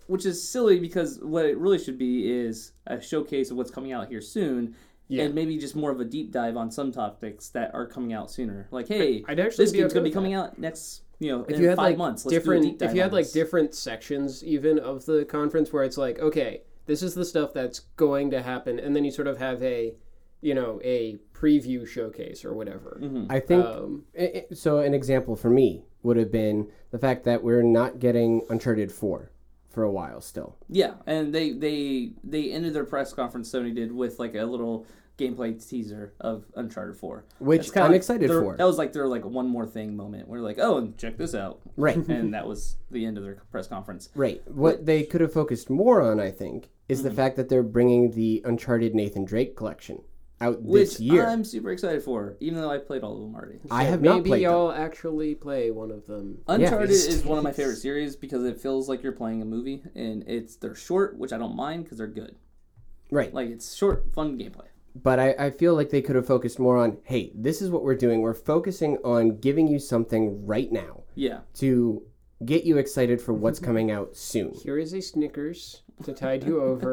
Speaker 4: Which is silly because what it really should be is a showcase of what's coming out here soon,
Speaker 3: Yeah.
Speaker 4: and maybe just more of a deep dive on some topics that are coming out sooner. Like, hey,
Speaker 3: I'd actually
Speaker 4: this
Speaker 3: be
Speaker 4: game's
Speaker 3: okay
Speaker 4: gonna be
Speaker 3: with
Speaker 4: coming out next, you know, in
Speaker 3: if you had
Speaker 4: five
Speaker 3: like
Speaker 4: months. Let's
Speaker 3: different
Speaker 4: do a deep dive
Speaker 3: if you
Speaker 4: on
Speaker 3: had like
Speaker 4: this.
Speaker 3: different sections even of the conference where it's like okay this is the stuff that's going to happen and then you sort of have a you know a preview showcase or whatever
Speaker 4: Mm-hmm.
Speaker 1: I think
Speaker 3: um,
Speaker 1: I- I- so an example for me would have been the fact that we're not getting uncharted 4 for a while still
Speaker 4: yeah, and they they they ended their press conference Sony did with like a little gameplay teaser of Uncharted Four,
Speaker 1: Which
Speaker 4: That's kinda
Speaker 1: I'm
Speaker 4: like
Speaker 1: excited
Speaker 4: their-
Speaker 1: for.
Speaker 4: That was like their like one more thing moment. We're like, oh, and check this out,
Speaker 1: Right.
Speaker 4: and that was the end of their press conference.
Speaker 1: right what they could have focused more on i think is the fact that they're bringing the uncharted nathan drake collection out
Speaker 4: Which
Speaker 1: this year Oh,
Speaker 4: I'm super excited for, even though I played all of them already.
Speaker 1: i have
Speaker 3: maybe
Speaker 1: not played them.
Speaker 3: y'all actually play one of them
Speaker 4: Uncharted
Speaker 1: it's-
Speaker 4: is one of my favorite series because it feels like you're playing a movie, and it's they're short, which I don't mind because they're good.
Speaker 1: right
Speaker 4: Like it's short, fun gameplay.
Speaker 1: but I, I feel like they could have focused more on hey this is what we're doing we're focusing on giving you something right now
Speaker 4: Yeah,
Speaker 1: to get you excited for what's coming out soon
Speaker 3: here is a snickers to tide you over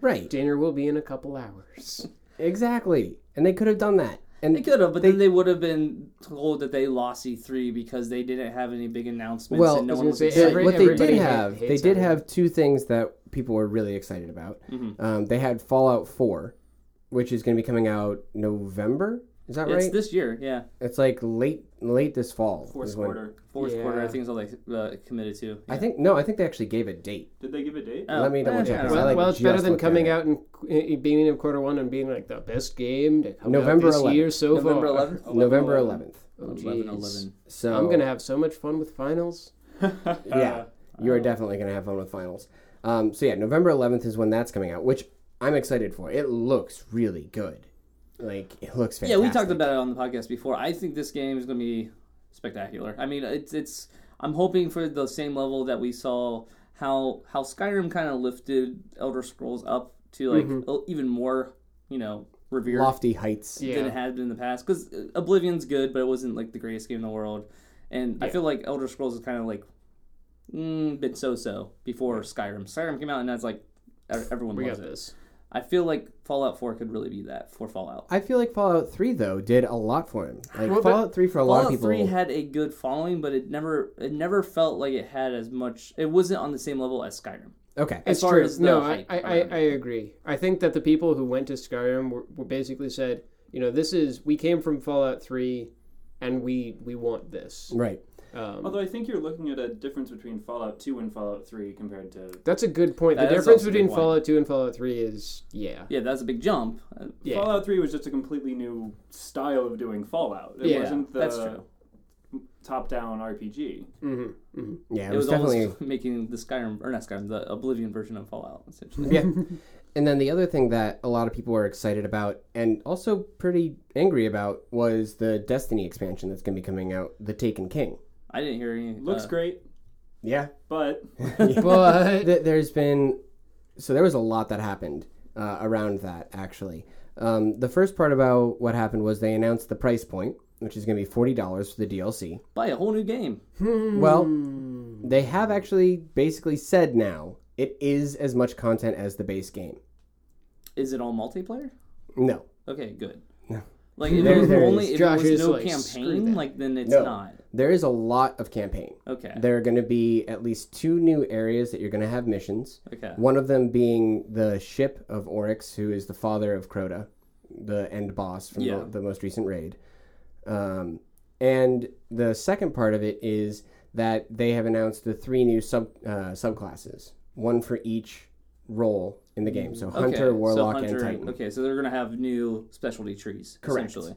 Speaker 1: right
Speaker 3: dinner will be in a couple hours
Speaker 1: exactly and they could have done that And
Speaker 4: They could have, but then they would have been told that they lost E3 because they didn't have any big announcements.
Speaker 1: Well,
Speaker 4: and no
Speaker 3: I was
Speaker 4: one
Speaker 3: gonna
Speaker 4: was
Speaker 3: say,
Speaker 1: So
Speaker 4: excited.
Speaker 3: every-
Speaker 1: what they did
Speaker 3: everybody ha-
Speaker 1: have, they
Speaker 3: hates
Speaker 1: did
Speaker 3: everyone.
Speaker 1: have two things that people were really excited about.
Speaker 4: Mm-hmm.
Speaker 1: Um, they had Fallout Four, which is going to be coming out November. Is that
Speaker 4: It's
Speaker 1: right?
Speaker 4: this year, yeah.
Speaker 1: it's like late, late this fall.
Speaker 2: Fourth
Speaker 1: is when-
Speaker 2: quarter.
Speaker 4: Fourth quarter, I
Speaker 3: Yeah.
Speaker 4: think is all they uh, committed to.
Speaker 1: I think no, I think they actually gave a date.
Speaker 2: Did they give a date?
Speaker 4: Oh,
Speaker 1: Let me double
Speaker 4: eh,
Speaker 1: check.
Speaker 4: I
Speaker 1: this.
Speaker 4: don't
Speaker 1: I,
Speaker 3: Well,
Speaker 1: like,
Speaker 3: well, it's better
Speaker 1: just
Speaker 3: than
Speaker 1: looked at
Speaker 3: coming
Speaker 1: it.
Speaker 3: out in, in beginning of quarter one and being like the best game to come
Speaker 1: November
Speaker 3: out this
Speaker 1: 11th.
Speaker 3: year so
Speaker 4: November
Speaker 3: far.
Speaker 4: 11th.
Speaker 1: November 11th.
Speaker 3: Oh,
Speaker 4: 11,
Speaker 3: jeez.
Speaker 4: 11.
Speaker 1: So
Speaker 3: I'm gonna have so much fun with finals.
Speaker 1: yeah, you are definitely gonna have fun with finals. Um, so yeah, November 11th is when that's coming out, which I'm excited for. It looks really good. Like it looks
Speaker 4: Yeah,
Speaker 1: fantastic.
Speaker 4: we talked about it on the podcast before. I think this game is going to be spectacular. I mean, it's it's. I'm hoping for the same level that we saw how how Skyrim kind of lifted Elder Scrolls up to like
Speaker 3: Mm-hmm.
Speaker 4: el- even more, you know, revered
Speaker 1: lofty heights.
Speaker 4: than it
Speaker 3: Yeah,
Speaker 4: had been in the past. Because Oblivion's good, but it wasn't like the greatest game in the world. And I
Speaker 3: Yeah.
Speaker 4: feel like Elder Scrolls is kind of like mm, been so-so before Skyrim. Skyrim came out, and that's like e- everyone
Speaker 3: we
Speaker 4: loves
Speaker 3: got
Speaker 4: it.
Speaker 3: this.
Speaker 4: I feel like Fallout 4 could really be that for Fallout.
Speaker 1: I feel like Fallout 3 though did a lot for him. Like
Speaker 3: Well, but
Speaker 1: Fallout 3 for a lot of
Speaker 4: Fallout
Speaker 1: people.
Speaker 4: Three had a good following, but it never it never felt like it had as much. It wasn't on the same level as Skyrim.
Speaker 1: okay.
Speaker 4: as
Speaker 3: It's
Speaker 4: far
Speaker 3: true.
Speaker 4: as the
Speaker 3: no, I,
Speaker 4: hype
Speaker 3: I, I,
Speaker 4: around
Speaker 3: I agree. I think that the people who went to Skyrim were, were basically said, you know, this is we came from Fallout Three, and we we want this.
Speaker 1: Right.
Speaker 3: Um,
Speaker 2: Although I think you're looking at a difference between Fallout 2 and Fallout 3 compared to.
Speaker 3: that's a good point. The
Speaker 4: That is also
Speaker 3: difference
Speaker 4: a good
Speaker 3: between
Speaker 4: point.
Speaker 3: Fallout Two and Fallout Three is yeah.
Speaker 4: Yeah, that's a big jump. Uh,
Speaker 3: Yeah.
Speaker 2: Fallout 3 was just a completely new style of doing Fallout. It
Speaker 3: Yeah,
Speaker 2: wasn't the
Speaker 4: that's true.
Speaker 2: top-down RPG.
Speaker 3: hmm
Speaker 1: Yeah,
Speaker 3: hmm
Speaker 1: it,
Speaker 4: Mm-hmm. It
Speaker 1: was,
Speaker 4: was,
Speaker 1: definitely
Speaker 4: almost making the Skyrim or not Skyrim, the Oblivion version of Fallout essentially.
Speaker 1: Yeah. and then the other thing that a lot of people were excited about and also pretty angry about was the Destiny expansion that's going to be coming out, The Taken King.
Speaker 4: I didn't hear any.
Speaker 2: Looks
Speaker 4: uh,
Speaker 2: great,
Speaker 1: Yeah.
Speaker 2: but
Speaker 3: But
Speaker 1: Th- there's been so there was a lot that happened uh, around that actually. Um, the first part about what happened was they announced the price point, which is going to be forty dollars for the DLC.
Speaker 4: Buy a whole new game.
Speaker 1: Well, they have actually basically said now it is as much content as the base game.
Speaker 4: Is it all multiplayer?
Speaker 1: No,
Speaker 4: Okay, good.
Speaker 1: No.
Speaker 4: Like if
Speaker 1: There-
Speaker 4: there was
Speaker 1: there
Speaker 4: only
Speaker 3: is.
Speaker 4: if
Speaker 3: Josh
Speaker 4: there
Speaker 3: is
Speaker 4: was no
Speaker 3: like, screw
Speaker 4: campaign,
Speaker 3: that.
Speaker 4: like then it's
Speaker 1: No.
Speaker 4: not
Speaker 1: there is a lot of campaign.
Speaker 4: okay.
Speaker 1: There are going to be at least two new areas that you're going to have missions.
Speaker 4: Okay.
Speaker 1: One of them being the ship of Oryx, who is the father of Crota, the end boss from
Speaker 4: Yeah.
Speaker 1: the, the most recent raid. Um, and the second part of it is that they have announced the three new sub uh, subclasses, one for each role in the game. So Hunter,
Speaker 4: Mm, okay.
Speaker 1: Warlock,
Speaker 4: so
Speaker 1: and
Speaker 4: Hunter,
Speaker 1: Titan.
Speaker 4: Okay, so they're gonna have new specialty trees.
Speaker 1: Correct.
Speaker 4: Essentially.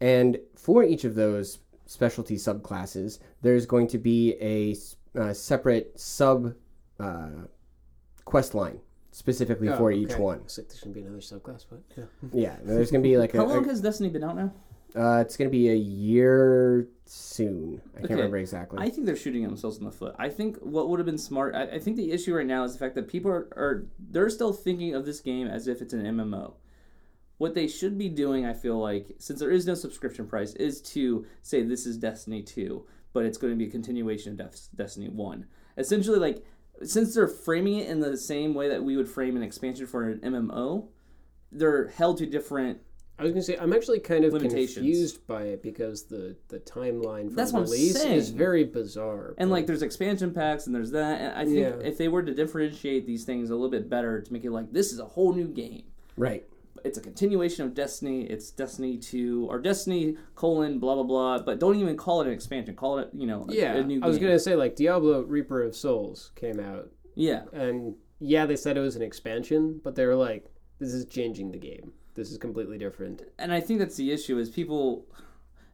Speaker 1: And for each of those specialty subclasses, there's going to be a s- uh, separate sub uh, quest line specifically
Speaker 3: Oh,
Speaker 1: for each
Speaker 3: okay.
Speaker 1: one.
Speaker 3: It's like there should be another subclass, but yeah.
Speaker 1: Yeah, there's going to be like a,
Speaker 4: How long
Speaker 1: a
Speaker 4: has Destiny been out now?
Speaker 1: uh, it's going to be a year soon. I can't
Speaker 4: Okay.
Speaker 1: remember exactly.
Speaker 4: I think they're shooting themselves in the foot. I think what would have been smart. I, I think the issue right now is the fact that people are, are they're still thinking of this game as if it's an MMO. What they should be doing, I feel like, since there is no subscription price, is to say this is Destiny two, but it's going to be a continuation of Des- Destiny one. Essentially, like since they're framing it in the same way that we would frame an expansion for an MMO, they're held to different.
Speaker 3: I was gonna say I'm actually kind of
Speaker 4: Limitations.
Speaker 3: confused by it because the the timeline for
Speaker 4: That's what I'm
Speaker 3: release is
Speaker 4: saying.
Speaker 3: very bizarre.
Speaker 4: And
Speaker 3: but-
Speaker 4: like, there's expansion packs, and there's that. And I think
Speaker 3: Yeah.
Speaker 4: if they were to differentiate these things a little bit better to make it like this is a whole new game.
Speaker 1: right.
Speaker 4: It's a continuation of Destiny. It's Destiny two or Destiny colon blah blah blah. But don't even call it an expansion. Call it you know a-
Speaker 3: yeah,
Speaker 4: a new game.
Speaker 3: I was gonna say like Diablo Reaper of Souls came out,
Speaker 4: yeah.
Speaker 3: and yeah, they said it was an expansion, but they were like, this is changing the game. This is completely different.
Speaker 4: And I think that's the issue is people,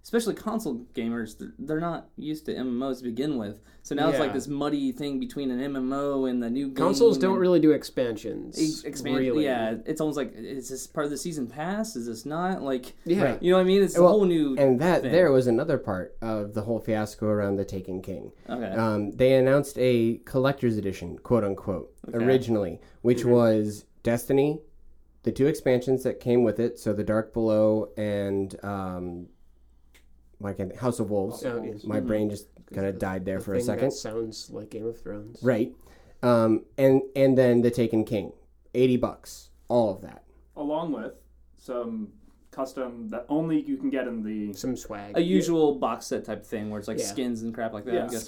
Speaker 4: especially console gamers, they're, they're not used to MMOs to begin with. So now it's
Speaker 3: Yeah.
Speaker 4: like this muddy thing between an MMO and the new game.
Speaker 3: Consoles don't
Speaker 4: and-
Speaker 3: really do expansions.
Speaker 4: Ex- expand-
Speaker 3: really.
Speaker 4: Yeah, it's almost like is this part of the season pass? Is this not like?
Speaker 3: Yeah.
Speaker 1: Right.
Speaker 4: You know what I mean? It's
Speaker 1: Well,
Speaker 4: a whole new.
Speaker 1: And that
Speaker 4: thing.
Speaker 1: there was another part of the whole fiasco around the Taken King.
Speaker 4: okay.
Speaker 1: Um, they announced a collector's edition, quote unquote,
Speaker 4: Okay.
Speaker 1: originally, which
Speaker 3: Mm-hmm.
Speaker 1: was Destiny, the two expansions that came with it, so the Dark Below and um, why can't House of Wolves.
Speaker 3: So, Oh, yes. Mm-hmm.
Speaker 1: My brain just kind of
Speaker 3: The-
Speaker 1: died there
Speaker 3: the
Speaker 1: for a
Speaker 3: thing
Speaker 1: second,
Speaker 3: That sounds like Game of Thrones.
Speaker 1: right? Um, and and then the Taken King, eighty bucks, all of that.
Speaker 2: along with some custom that only you can get in the.
Speaker 3: Some swag.
Speaker 4: a usual box set type thing where it's like
Speaker 3: Yeah.
Speaker 4: skins and crap like that.
Speaker 2: Yeah.
Speaker 4: I'm guessing.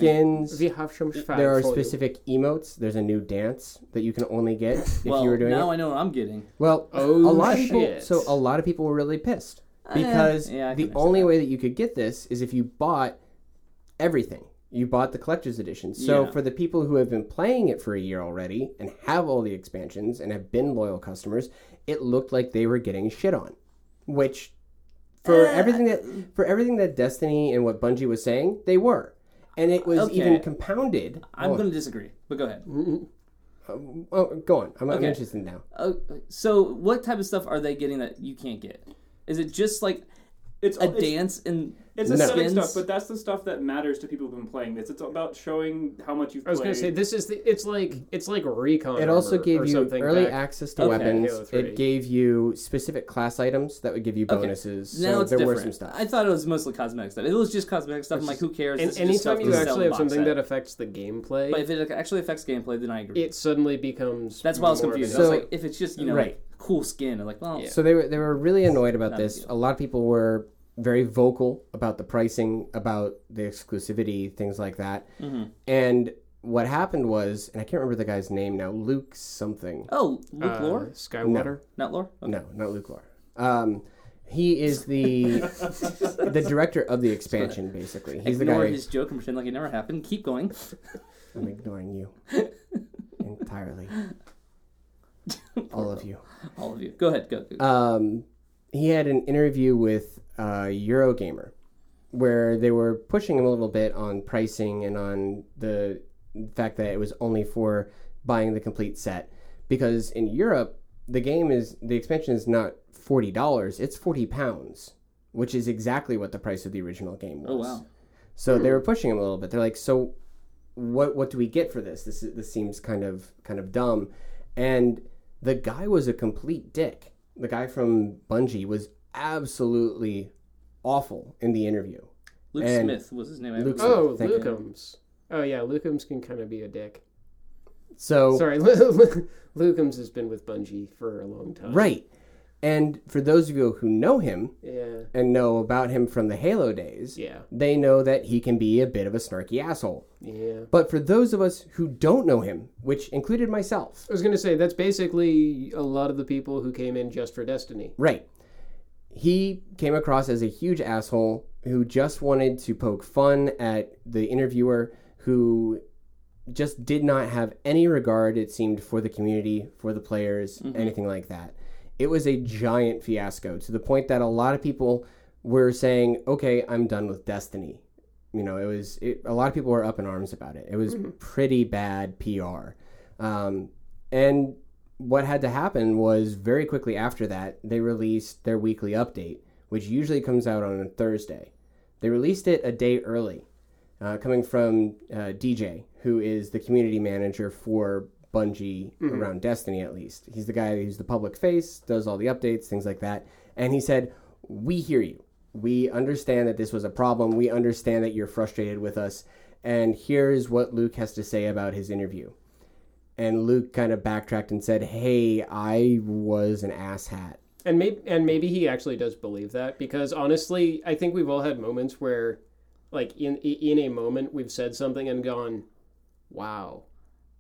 Speaker 1: Skins.
Speaker 3: We have some swag.
Speaker 1: There are
Speaker 3: for you.
Speaker 1: specific emotes. There's a new dance that you can only get if
Speaker 4: Well,
Speaker 1: you were doing
Speaker 4: now
Speaker 1: it.
Speaker 4: I know what I'm getting.
Speaker 1: Well,
Speaker 3: Oh,
Speaker 1: a lot of people.
Speaker 3: shit.
Speaker 1: So a lot of people were really pissed because
Speaker 4: yeah, I can
Speaker 1: the
Speaker 4: understand
Speaker 1: only
Speaker 4: that.
Speaker 1: way that you could get this is if you bought everything. You bought the collector's edition. So
Speaker 4: Yeah.
Speaker 1: for the people who have been playing it for a year already and have all the expansions and have been loyal customers, it looked like they were getting shit on, which for
Speaker 4: Eh,
Speaker 1: everything that for everything that Destiny and what Bungie was saying, they were. And it was
Speaker 4: Okay.
Speaker 1: even compounded. Oh,
Speaker 4: I'm
Speaker 1: Mm-hmm.
Speaker 4: going to disagree, but go ahead.
Speaker 1: oh, go on. I'm, I'm
Speaker 4: Okay.
Speaker 1: interested now.
Speaker 4: Uh, so, what type of stuff are they getting that you can't get? Is it just like
Speaker 2: It's
Speaker 4: a
Speaker 2: it's,
Speaker 4: dance and
Speaker 2: It's
Speaker 1: No.
Speaker 2: aesthetic
Speaker 4: skins?
Speaker 2: stuff, but that's the stuff that matters to people who've been playing this. It's about showing how much you've
Speaker 3: I was
Speaker 2: played.
Speaker 3: gonna say this is the. It's like it's like recon.
Speaker 1: It also
Speaker 3: armor or
Speaker 1: gave you
Speaker 3: something
Speaker 1: early
Speaker 3: back-
Speaker 1: access to
Speaker 4: Okay.
Speaker 1: weapons.
Speaker 3: Halo 3.
Speaker 1: It gave you specific class items that would give you bonuses.
Speaker 4: now
Speaker 1: so
Speaker 4: it's
Speaker 1: there
Speaker 4: different.
Speaker 1: were some stuff.
Speaker 4: I thought it was mostly cosmetic stuff. It was just cosmetic stuff. I'm like, who cares?
Speaker 3: And
Speaker 4: This is just
Speaker 3: anytime
Speaker 4: stuff
Speaker 3: you
Speaker 4: to sell
Speaker 3: actually
Speaker 4: in
Speaker 3: have
Speaker 4: box
Speaker 3: something
Speaker 4: set.
Speaker 3: that affects the gameplay,
Speaker 4: But if it actually affects gameplay, then I agree.
Speaker 3: it suddenly becomes.
Speaker 4: That's why I was
Speaker 3: more of an
Speaker 4: confused.
Speaker 1: So-
Speaker 4: I was like, if it's just you know
Speaker 1: Right.
Speaker 4: cool skin, I'm like, well,
Speaker 3: Yeah.
Speaker 1: So they were they were really annoyed about
Speaker 4: Not a
Speaker 1: this.
Speaker 4: deal.
Speaker 1: A lot of people were very vocal about the pricing, about the exclusivity, things like that.
Speaker 4: mm-hmm.
Speaker 1: And what happened was, and I can't remember the guy's name now, Luke something.
Speaker 4: oh, Luke
Speaker 3: uh,
Speaker 4: lore,
Speaker 3: Skywater.
Speaker 4: not lore. Okay.
Speaker 1: No, not Luke Lore. Um, he is the the director of the expansion, basically. He's the
Speaker 4: Ignore
Speaker 1: guy.
Speaker 4: his joke and pretend like it never happened. Keep going.
Speaker 1: I'm ignoring you entirely. All of you.
Speaker 4: All of you, go ahead. Go. go.
Speaker 1: um, he had an interview with uh, Eurogamer where they were pushing him a little bit on pricing and on the fact that it was only for buying the complete set because in Europe the game is the expansion is not forty dollars it's forty pounds which is exactly what the price of the original game was.
Speaker 4: oh wow.
Speaker 1: So they were pushing him a little bit. They're like, "So, what what do we get for this? This is, this seems kind of kind of dumb." And the guy was a complete dick. The guy from Bungie was absolutely awful in the interview.
Speaker 4: Luke
Speaker 1: And-
Speaker 4: Smith was his name. I
Speaker 1: Luke
Speaker 4: believe.
Speaker 3: Oh,
Speaker 1: Thank you.
Speaker 3: Lucums. Oh yeah, Lucums can kind of be a dick.
Speaker 1: So
Speaker 3: Sorry, Lucums has been with Bungie for a long time.
Speaker 1: right. And for those of you who know him
Speaker 3: Yeah.
Speaker 1: and know about him from the Halo days,
Speaker 3: Yeah.
Speaker 1: they know that he can be a bit of a snarky asshole.
Speaker 3: Yeah.
Speaker 1: But for those of us who don't know him, which included myself,
Speaker 3: I was gonna say that's basically a lot of the people who came in just for Destiny.
Speaker 1: Right. He came across as a huge asshole who just wanted to poke fun at the interviewer who just did not have any regard, it seemed, for the community, for the players, anything like that. It was a giant fiasco to the point that a lot of people were saying, okay, I'm done with Destiny. You know, it was it, a lot of people were up in arms about it. It was pretty bad PR. Um, and what had to happen was very quickly after that, they released their weekly update, which usually comes out on a Thursday. They released it a day early, uh, coming from uh, DJ, who is the community manager for Bungie around Destiny, at least. He's the guy who's the public face, does all the updates, things like that. And he said, We hear you. We understand that this was a problem. We understand that you're frustrated with us. And here's what Luke has to say about his interview. And Luke kind of backtracked and said, Hey, I was an asshat.
Speaker 3: And maybe and maybe he actually does believe that because honestly, I think we've all had moments where, like in in a moment, we've said something and gone, "Wow."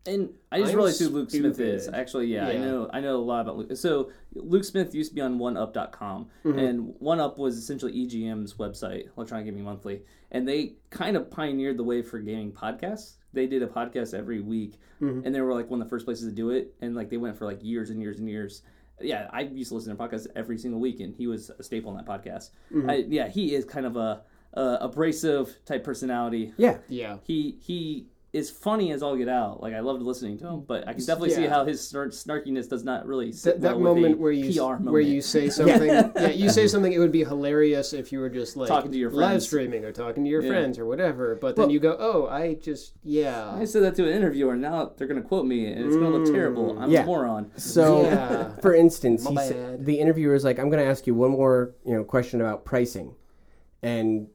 Speaker 4: And I just
Speaker 3: I'm
Speaker 4: realized who Luke Smith
Speaker 3: stupid.
Speaker 4: is. Actually, yeah, I
Speaker 3: Yeah.
Speaker 4: know I know a lot about Luke. So Luke Smith used to be on OneUp.com, and OneUp was essentially EGM's website, Electronic Gaming Monthly, and they kind of pioneered the way for gaming podcasts. They did a podcast every week, and they were like one of the first places to do it, and like they went for like years and years and years. Yeah, I used to listen to podcasts every single week, and he was a staple in that podcast. I, yeah, he is kind of a, a abrasive type personality
Speaker 1: Yeah.
Speaker 3: Yeah.
Speaker 4: he he is funny as all get out. Like I loved listening to him, but I can definitely see
Speaker 3: Yeah.
Speaker 4: how his snark- snarkiness does not really sit
Speaker 3: That, that
Speaker 4: well with a
Speaker 3: moment where you
Speaker 4: PR moment.
Speaker 3: where you say something, yeah. you say something. It would be hilarious if you were just like
Speaker 4: Talking to your
Speaker 3: live
Speaker 4: friends.
Speaker 3: streaming or talking to your friends or whatever. But then you go, "Oh, I just yeah,
Speaker 4: I said that to an interviewer, and now they're gonna quote me, and it's gonna look terrible. I'm
Speaker 1: Yeah.
Speaker 4: a moron.
Speaker 1: So,
Speaker 3: Yeah.
Speaker 1: for instance,
Speaker 3: My
Speaker 1: he sa-
Speaker 3: bad.
Speaker 1: the interviewer is like, "I'm going to ask you one more, you know, question about pricing," and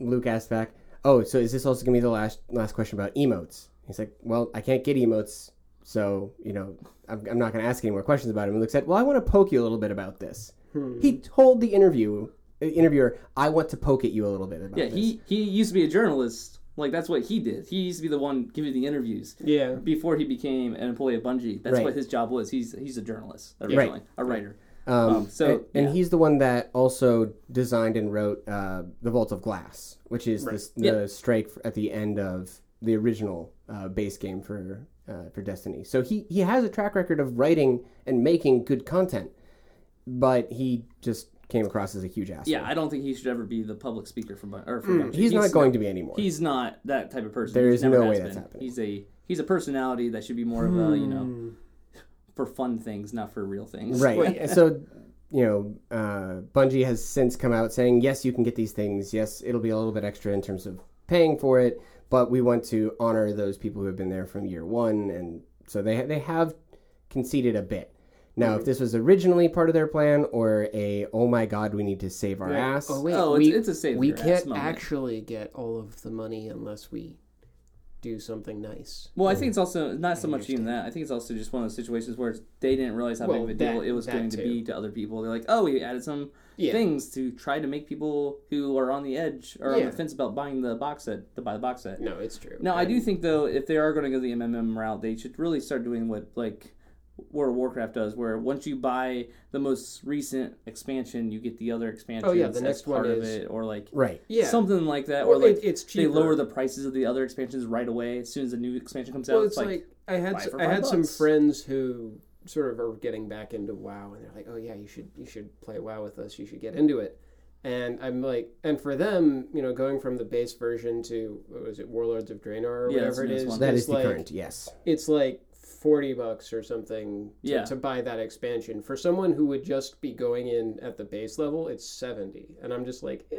Speaker 1: Luke asked back, "Oh, so is this also going to be the last last question about emotes?" He's like, "Well, I can't get emotes, so you know, I'm, I'm not going to ask any more questions about him." And Luke said, "Well, I want to poke you a little bit about this."
Speaker 3: Hmm.
Speaker 1: He told the interview uh, interviewer, "I want to poke at you a little bit about
Speaker 4: Yeah,
Speaker 1: this."
Speaker 4: he he used to be a journalist. Like that's what he did. He used to be the one giving the interviews
Speaker 3: Yeah.
Speaker 4: before he became an employee of Bungie. That's
Speaker 1: Right.
Speaker 4: what his job was. He's he's a journalist originally, a writer.
Speaker 1: Um,
Speaker 4: Um, so,
Speaker 1: and, and
Speaker 4: yeah.
Speaker 1: he's the one that also designed and wrote uh, the Vault of Glass, which is this, the strike at the end of the original uh, base game for uh, for Destiny. So he he has a track record of writing and making good content, but he just came across as a huge asshole.
Speaker 4: Yeah, I don't think he should ever be the public speaker for, Bun- or for Bungie.
Speaker 1: he's, not going to be anymore.
Speaker 4: He's not that type of person.
Speaker 1: There
Speaker 4: He's
Speaker 1: is
Speaker 4: never
Speaker 1: no
Speaker 4: has
Speaker 1: way that's
Speaker 4: been.
Speaker 1: happening.
Speaker 4: He's a he's a personality that should be more of a you
Speaker 3: Hmm.
Speaker 4: know for fun things, not for real things.
Speaker 1: Right. So, you know, uh, Bungie has since come out saying, yes, you can get these things. Yes, it'll be a little bit extra in terms of paying for it, but we want to honor those people who have been there from year one, and so they they have conceded a bit. Now,
Speaker 3: Mm-hmm.
Speaker 1: if this was originally part of their plan, or a oh my god, we need to save our
Speaker 3: Yeah.
Speaker 1: ass,
Speaker 3: Oh wait,
Speaker 4: Oh, it's,
Speaker 3: we,
Speaker 4: it's a save
Speaker 3: we
Speaker 4: your ass
Speaker 3: can't
Speaker 4: moment.
Speaker 3: actually get all of the money unless we do something nice.
Speaker 4: Well, I think it's also not so much even that. I think it's also just one of those situations where they didn't realize how big
Speaker 3: Well,
Speaker 4: of a deal
Speaker 3: that-
Speaker 4: it was
Speaker 3: that
Speaker 4: going to be to other people. They're like, oh, we added some
Speaker 3: Yeah.
Speaker 4: things to try to make people who are on the edge or on
Speaker 3: Yeah.
Speaker 4: the fence about buying the box set to buy the box set.
Speaker 3: No, it's true.
Speaker 4: Now, I do think though, if they are going to go the MMM route, they should really start doing what like World of Warcraft does, where once you buy the most recent expansion, you get the other expansion.
Speaker 3: Oh, the next one
Speaker 4: part of
Speaker 3: is-
Speaker 4: it, or like
Speaker 1: right?
Speaker 3: yeah.
Speaker 4: something like that, or,
Speaker 3: Well,
Speaker 4: like
Speaker 3: it- it's
Speaker 4: they
Speaker 3: cheaper.
Speaker 4: lower the prices of the other expansions right away as soon as a new expansion comes out.
Speaker 3: Well, it's
Speaker 4: like,
Speaker 3: like, I had
Speaker 4: buy it for
Speaker 3: I
Speaker 4: five
Speaker 3: had some
Speaker 4: bucks.
Speaker 3: friends who sort of are getting back into WoW, and they're like, "Oh yeah, you should you should play WoW with us. You should get into it." And I'm like, and for them, you know, going from the base version to what was it, Warlords of Draenor or
Speaker 4: Yeah, that's
Speaker 3: whatever it
Speaker 4: the
Speaker 3: is,
Speaker 4: next one.
Speaker 1: That
Speaker 3: it's
Speaker 1: is,
Speaker 3: like
Speaker 1: the current, yes.
Speaker 3: it's like forty bucks or something to,
Speaker 4: Yeah.
Speaker 3: to buy that expansion. For someone who would just be going in at the base level, it's seventy, and I'm just like, eh.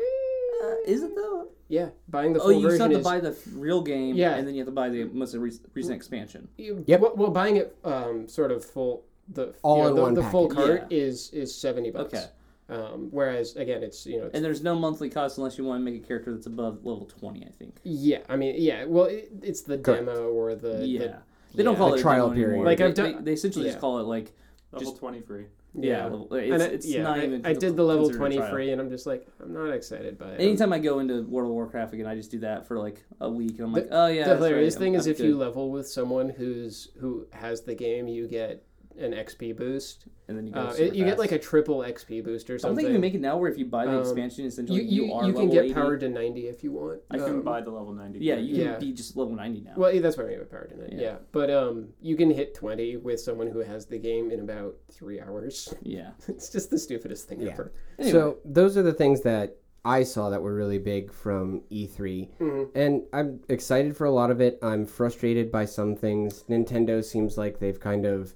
Speaker 4: Uh, is it though?
Speaker 3: yeah, buying the full
Speaker 4: Oh, you just
Speaker 3: version
Speaker 4: have to
Speaker 3: is
Speaker 4: buy the f- real game,
Speaker 3: Yeah.
Speaker 4: and then you have to buy the most re- recent expansion.
Speaker 3: You-
Speaker 1: Yep.
Speaker 3: Well, well, buying it um, sort of full the
Speaker 1: All
Speaker 3: you know,
Speaker 1: in
Speaker 3: the,
Speaker 1: one
Speaker 3: the full
Speaker 4: package.
Speaker 3: cart is is seventy bucks.
Speaker 4: Okay.
Speaker 3: Um, whereas again, it's you know, it's,
Speaker 4: And there's no monthly cost unless you want to make a character that's above level twenty, I think.
Speaker 3: yeah. I mean, yeah. Well, it, it's the demo or the the-
Speaker 4: yeah, they don't
Speaker 3: yeah.
Speaker 4: call
Speaker 1: The
Speaker 4: it a
Speaker 1: trial
Speaker 4: demo anymore.
Speaker 1: period.
Speaker 3: Like,
Speaker 4: they,
Speaker 3: I've done-
Speaker 4: they, they essentially
Speaker 3: yeah.
Speaker 4: just call it like
Speaker 2: Level
Speaker 4: Just-
Speaker 2: twenty free.
Speaker 4: yeah,
Speaker 3: yeah.
Speaker 4: level- it's,
Speaker 3: and
Speaker 4: it's
Speaker 3: I, yeah,
Speaker 4: not
Speaker 3: I-
Speaker 4: even.
Speaker 3: I did the level
Speaker 4: considered a
Speaker 3: twenty
Speaker 4: trial.
Speaker 3: free, and I'm just like, I'm not excited by it.
Speaker 4: Anytime I go into World of Warcraft again, I just do that for like a week, and I'm like, oh yeah.
Speaker 3: the
Speaker 4: that's
Speaker 3: hilarious
Speaker 4: right,
Speaker 3: thing
Speaker 4: I'm-
Speaker 3: is
Speaker 4: I'm
Speaker 3: if you
Speaker 4: good.
Speaker 3: level with someone who's who has the game, you get an XP boost.
Speaker 4: and then you, go
Speaker 3: Uh,
Speaker 4: super
Speaker 3: it- you get
Speaker 4: fast.
Speaker 3: like a triple XP boost or
Speaker 4: I don't
Speaker 3: something.
Speaker 4: think you make it now where if you buy the
Speaker 3: Um,
Speaker 4: expansion, essentially
Speaker 3: you you,
Speaker 4: are
Speaker 3: you
Speaker 4: level
Speaker 3: can get
Speaker 4: 80.
Speaker 3: powered to ninety if you want.
Speaker 2: I couldn't
Speaker 3: Um,
Speaker 2: buy the level ninety.
Speaker 4: Yeah, you can
Speaker 3: Yeah.
Speaker 4: be just level ninety now.
Speaker 3: Well, yeah, that's what I mean by power tonight. Yeah.
Speaker 4: Yeah.
Speaker 3: but um, you can hit twenty with someone who has the game in about three hours.
Speaker 4: yeah.
Speaker 3: It's just the stupidest thing
Speaker 1: Yeah.
Speaker 3: ever.
Speaker 4: Anyway.
Speaker 1: So those are the things that I saw that were really big from E3,
Speaker 4: Mm-hmm.
Speaker 1: and I'm excited for a lot of it. I'm frustrated by some things. Nintendo seems like they've kind of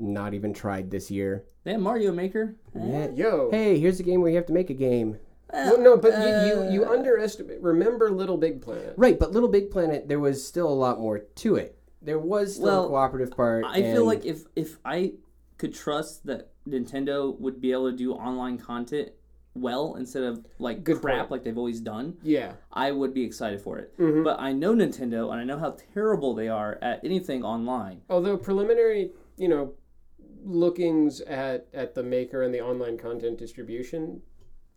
Speaker 1: not even tried this year.
Speaker 4: They have Mario Maker.
Speaker 1: Yeah.
Speaker 3: Yo,
Speaker 1: Hey, here's a game where you have to make a game.
Speaker 3: no, no, but you,
Speaker 1: uh,
Speaker 3: you you underestimate. Remember Little Big Planet.
Speaker 1: Right, but Little Big Planet, there was still a lot more to it. There was still a
Speaker 4: Well,
Speaker 1: cooperative part.
Speaker 4: I feel
Speaker 1: and-
Speaker 4: like if if I could trust that Nintendo would be able to do online content well instead of like
Speaker 3: Good
Speaker 4: crap
Speaker 3: point.
Speaker 4: like they've always done,
Speaker 3: Yeah,
Speaker 4: I would be excited for it.
Speaker 3: Mm-hmm.
Speaker 4: But I know Nintendo and I know how terrible they are at anything online.
Speaker 3: although preliminary, you know, lookings at at the maker and the online content distribution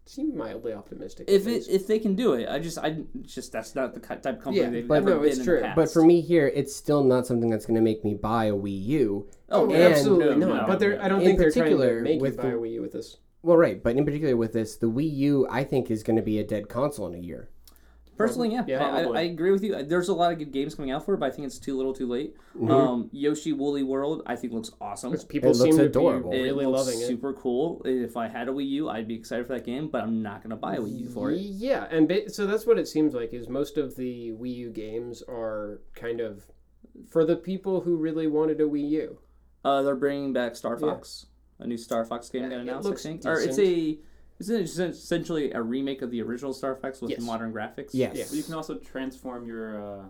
Speaker 3: seem mildly optimistic. at
Speaker 4: If it
Speaker 3: least.
Speaker 4: if they can do it, I just I just that's not the ki- type of company
Speaker 3: Yeah,
Speaker 4: they've
Speaker 3: but
Speaker 4: ever
Speaker 3: no,
Speaker 4: been
Speaker 3: it's
Speaker 4: in
Speaker 3: true.
Speaker 4: the past.
Speaker 1: But for me here, it's still not something that's going to make me buy a Wii U.
Speaker 4: oh,
Speaker 3: Oh,
Speaker 1: and-
Speaker 3: absolutely
Speaker 4: no,
Speaker 3: not.
Speaker 4: no,
Speaker 3: but they're,
Speaker 4: no.
Speaker 3: I don't
Speaker 1: In
Speaker 3: think they're trying to
Speaker 1: particular,
Speaker 3: make you
Speaker 1: with
Speaker 3: buy
Speaker 1: the-
Speaker 3: a Wii U with this.
Speaker 1: Well, right, but in particular with this, the Wii U, I think, is going to be a dead console in a year.
Speaker 4: Personally, yeah, I,
Speaker 3: Yeah.
Speaker 4: I,
Speaker 2: Probably.
Speaker 4: I agree with you. There's a lot of good games coming out for it, but I think it's too little, too late.
Speaker 3: Mm-hmm.
Speaker 4: Um, Yoshi Woolly World, I think looks awesome.
Speaker 3: People
Speaker 1: It looks
Speaker 3: seem to
Speaker 1: adorable.
Speaker 3: be
Speaker 1: It
Speaker 3: really
Speaker 4: looks
Speaker 3: loving it.
Speaker 4: Super cool. If I had a Wii U, I'd be excited for that game, but I'm not gonna buy a Wii U for it.
Speaker 3: Yeah, and ba- so that's what it seems like is most of the Wii U games are kind of for the people who really wanted a Wii U.
Speaker 4: Uh, they're bringing back Star Fox, a new Star Fox game got
Speaker 3: it
Speaker 4: announced.
Speaker 3: looks
Speaker 4: I think, or it's a, it's an- essentially a remake of the original Star Fox with
Speaker 3: Yes.
Speaker 4: modern graphics.
Speaker 1: Yes.
Speaker 3: Yes.
Speaker 2: You can also transform your. Uh,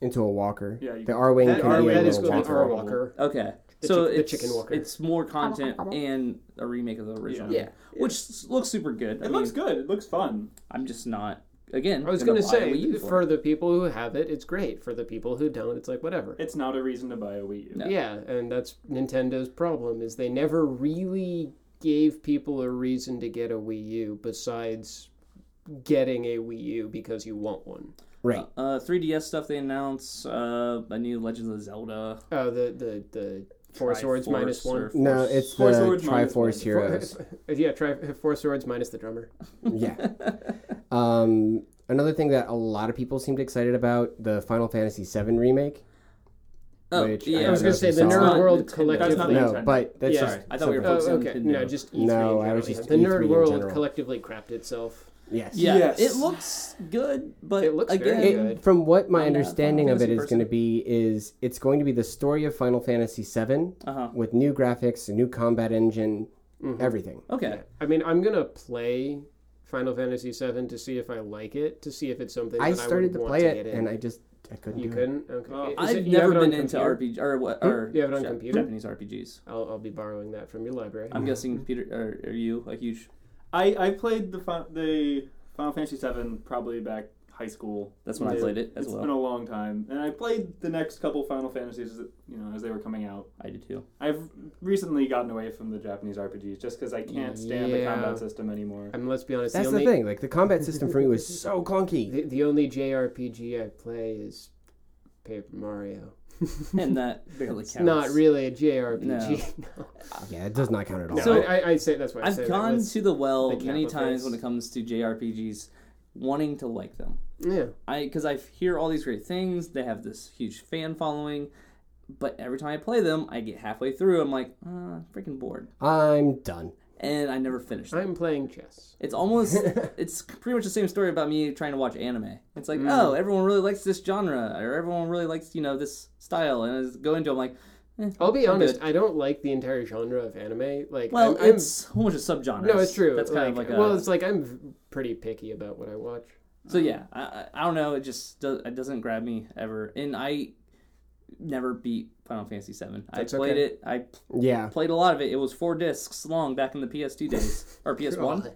Speaker 1: Into a walker.
Speaker 2: Yeah, you-
Speaker 1: the R Wing
Speaker 3: That,
Speaker 1: can
Speaker 3: are,
Speaker 1: be a
Speaker 3: that is
Speaker 1: little
Speaker 3: called the
Speaker 1: walker.
Speaker 3: R Walker.
Speaker 4: Okay,
Speaker 3: The
Speaker 4: so
Speaker 3: chick- the
Speaker 4: it's,
Speaker 3: chicken walker.
Speaker 4: it's more content and a remake of the original,
Speaker 3: Yeah.
Speaker 4: which s- looks super good.
Speaker 2: it
Speaker 4: I mean,
Speaker 2: looks good. It looks fun.
Speaker 4: I'm just not again.
Speaker 3: I was going to
Speaker 4: buy a
Speaker 3: say
Speaker 4: Wii U
Speaker 3: for,
Speaker 4: for it.
Speaker 3: the people who have it, it's great. For the people who don't, it's like whatever.
Speaker 2: It's not a reason to buy a Wii U.
Speaker 4: No.
Speaker 3: yeah, and that's Nintendo's problem is they never really gave people a reason to get a Wii U besides getting a Wii U because you want one.
Speaker 1: Right.
Speaker 4: Uh, 3DS stuff they announced. Uh, a new Legend of Zelda.
Speaker 3: Oh, the the the four swords
Speaker 4: Triforce
Speaker 3: minus
Speaker 4: or
Speaker 3: one.
Speaker 1: No,
Speaker 4: Force-
Speaker 1: it's
Speaker 2: Four
Speaker 1: the
Speaker 2: Swords minus one.
Speaker 1: Triforce Heroes.
Speaker 3: Four, yeah, try four swords minus the drummer.
Speaker 1: yeah. Um, another thing that a lot of people seemed excited about the Final Fantasy VII remake.
Speaker 4: Oh,
Speaker 1: which I
Speaker 4: yeah.
Speaker 1: don't
Speaker 3: I was
Speaker 1: know
Speaker 3: gonna
Speaker 1: if you
Speaker 3: say the
Speaker 1: saw
Speaker 3: nerd
Speaker 1: it.
Speaker 3: world
Speaker 4: That's not
Speaker 3: collectively.
Speaker 2: Nintendo.
Speaker 1: No, but that's
Speaker 3: Yeah.
Speaker 1: just.
Speaker 4: Sorry, I thought we were
Speaker 1: something-
Speaker 3: Oh,
Speaker 4: focusing on
Speaker 3: okay.
Speaker 4: Nintendo.
Speaker 3: No, just E3
Speaker 1: No,
Speaker 3: in
Speaker 1: I was
Speaker 3: general.
Speaker 1: just
Speaker 3: the
Speaker 1: E3
Speaker 3: nerd
Speaker 1: in
Speaker 3: world
Speaker 1: general.
Speaker 3: collectively crapped itself.
Speaker 1: Yes.
Speaker 4: Yeah,
Speaker 2: Yes.
Speaker 4: it looks good, but
Speaker 3: It looks very
Speaker 4: again,
Speaker 1: It-
Speaker 3: good.
Speaker 1: from what my
Speaker 4: I'm not a
Speaker 1: understanding
Speaker 4: Final
Speaker 1: of it
Speaker 4: Fantasy
Speaker 1: is going to be is it's going to be the story of Final Fantasy VII
Speaker 4: Uh-huh.
Speaker 1: with new graphics, a new combat engine, everything.
Speaker 4: okay.
Speaker 3: I mean, I'm gonna play Final Fantasy VII to see if I like it, to see if it's something
Speaker 1: I
Speaker 3: that
Speaker 1: started
Speaker 3: I would
Speaker 1: to
Speaker 3: want
Speaker 1: play
Speaker 3: to
Speaker 1: it
Speaker 3: get in.
Speaker 1: and I just I couldn't
Speaker 3: you
Speaker 1: do it.
Speaker 3: couldn't. Okay,
Speaker 2: Oh,
Speaker 3: Is it-
Speaker 4: I've
Speaker 3: you have
Speaker 4: never
Speaker 3: it on
Speaker 4: been into
Speaker 3: computer? Hmm?
Speaker 4: RPG or what? Or
Speaker 3: You have it on
Speaker 4: Ja-
Speaker 3: computer? Hmm.
Speaker 4: Japanese RPGs.
Speaker 3: I'll, I'll be borrowing that from your library.
Speaker 4: I'm guessing Peter or are you a huge?
Speaker 2: I, I played the fin- the Final Fantasy VII probably back high school.
Speaker 4: That's when I
Speaker 3: Yeah.
Speaker 4: played it as
Speaker 2: It's been
Speaker 4: well.
Speaker 2: a long time, and I played the next couple Final Fantasies, that, you know, as they were coming out.
Speaker 4: I did too.
Speaker 2: I've recently gotten away from the Japanese RPGs just because I can't stand the
Speaker 3: Yeah.
Speaker 2: combat system anymore.
Speaker 3: I mean, let's be honest.
Speaker 1: That's the
Speaker 3: the only
Speaker 1: thing. Like the combat system for me was so clunky.
Speaker 3: The, the only JRPG I play is Paper Mario.
Speaker 4: And that barely counts.
Speaker 3: It's not really a JRPG. No.
Speaker 1: Yeah, it does not count at all.
Speaker 4: So-
Speaker 3: So I, I say that's why I say
Speaker 4: I've
Speaker 3: that.
Speaker 4: gone
Speaker 3: Let's-
Speaker 4: to the well
Speaker 3: the
Speaker 4: many
Speaker 3: capital
Speaker 4: times
Speaker 3: face.
Speaker 4: when it comes to JRPGs, wanting to like them.
Speaker 3: Yeah,
Speaker 4: I because I hear all these great things. They have this huge fan following, but every time I play them, I get halfway through. I'm like, uh, freaking bored,
Speaker 1: I'm done.
Speaker 4: and I never finish. Them.
Speaker 3: I'm playing chess.
Speaker 4: It's almost it's pretty much the same story about me trying to watch anime. It's like,
Speaker 3: Mm.
Speaker 4: oh, everyone really likes this genre, or everyone really likes you know this style, and as I go into, it, I'm like,
Speaker 3: I'll be
Speaker 4: I'm
Speaker 3: honest.
Speaker 4: good.
Speaker 3: I don't like the entire genre of anime. Like,
Speaker 4: well,
Speaker 3: I'm, I'm-
Speaker 4: it's so much a subgenre.
Speaker 3: no, it's true.
Speaker 4: That's kind of like a,
Speaker 3: well, it's like I'm v- pretty picky about what I watch.
Speaker 4: So yeah, I, I- I don't know. It just does, it doesn't grab me ever, and I never beat Final Fantasy Seven. I
Speaker 3: That's
Speaker 4: played
Speaker 3: okay.
Speaker 4: it. I
Speaker 1: Yeah.
Speaker 4: played a lot of it. It was four discs long back in the PS2 days or PS One. Was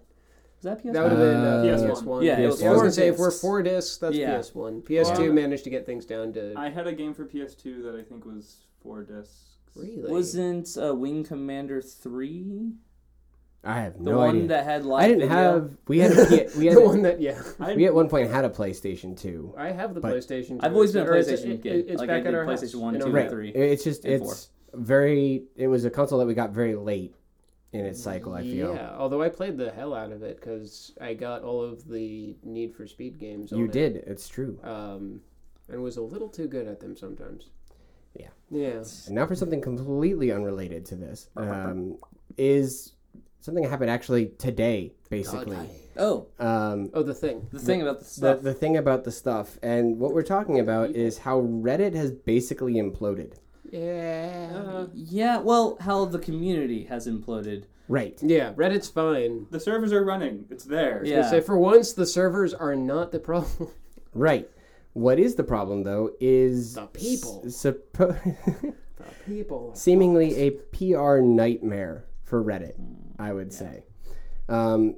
Speaker 4: that PS
Speaker 3: That would
Speaker 4: One?
Speaker 3: have been
Speaker 1: Uh,
Speaker 3: uh, PS
Speaker 2: PS1.
Speaker 3: One.
Speaker 4: Yeah, it
Speaker 3: PS
Speaker 4: was
Speaker 3: I was
Speaker 4: four
Speaker 3: gonna say if
Speaker 4: discs.
Speaker 3: we're four discs, that's
Speaker 4: Yeah.
Speaker 3: PS One. PS Two
Speaker 2: Well,
Speaker 3: managed to get things down to
Speaker 2: I had a game for PS2 that I think was four discs.
Speaker 3: really.
Speaker 4: Wasn't uh, Wing Commander Three
Speaker 1: I have
Speaker 4: the
Speaker 1: no
Speaker 4: one
Speaker 1: idea.
Speaker 4: that had live?
Speaker 1: I didn't
Speaker 4: video?
Speaker 1: have. We had. A, P- we had.
Speaker 3: the one that yeah.
Speaker 2: I,
Speaker 1: we at one point had a PlayStation 2.
Speaker 3: I have the
Speaker 1: But-
Speaker 3: PlayStation.
Speaker 4: I've
Speaker 3: two.
Speaker 4: always been a
Speaker 3: Or it's-
Speaker 4: PlayStation
Speaker 3: it-
Speaker 4: kid.
Speaker 3: It's
Speaker 4: Like, I
Speaker 3: back at
Speaker 4: did
Speaker 3: our
Speaker 4: PlayStation
Speaker 3: house.
Speaker 4: one,
Speaker 3: in
Speaker 4: two,
Speaker 3: our-
Speaker 1: Right.
Speaker 4: three
Speaker 1: It's just
Speaker 4: and
Speaker 1: it's very. It was a console that we got very late in its cycle. I feel.
Speaker 3: Yeah, although I played the hell out of it because I got all of the Need for Speed games. On
Speaker 1: You
Speaker 3: it,
Speaker 1: did. It's true.
Speaker 3: um, and was a little too good at them sometimes.
Speaker 1: Yeah.
Speaker 3: Yeah.
Speaker 1: And now for something completely unrelated to this um, is something that happened actually today, basically.
Speaker 4: Oh,
Speaker 1: Um,
Speaker 3: Oh, the thing.
Speaker 4: the thing about the
Speaker 1: the,
Speaker 4: stuff.
Speaker 1: the thing about the stuff and what we're talking about is how Reddit has basically imploded.
Speaker 3: Yeah.
Speaker 4: yeah, well, how the community has imploded.
Speaker 1: Right.
Speaker 3: Yeah. Reddit's fine.
Speaker 2: the servers are running. It's there.
Speaker 4: Yeah.
Speaker 3: Say for once, the servers are not the problem.
Speaker 1: Right. What is the problem though is
Speaker 3: The people.
Speaker 1: s- suppo-
Speaker 3: The people.
Speaker 1: seemingly a PR nightmare for Reddit,
Speaker 3: Mm,
Speaker 1: I would say. Um,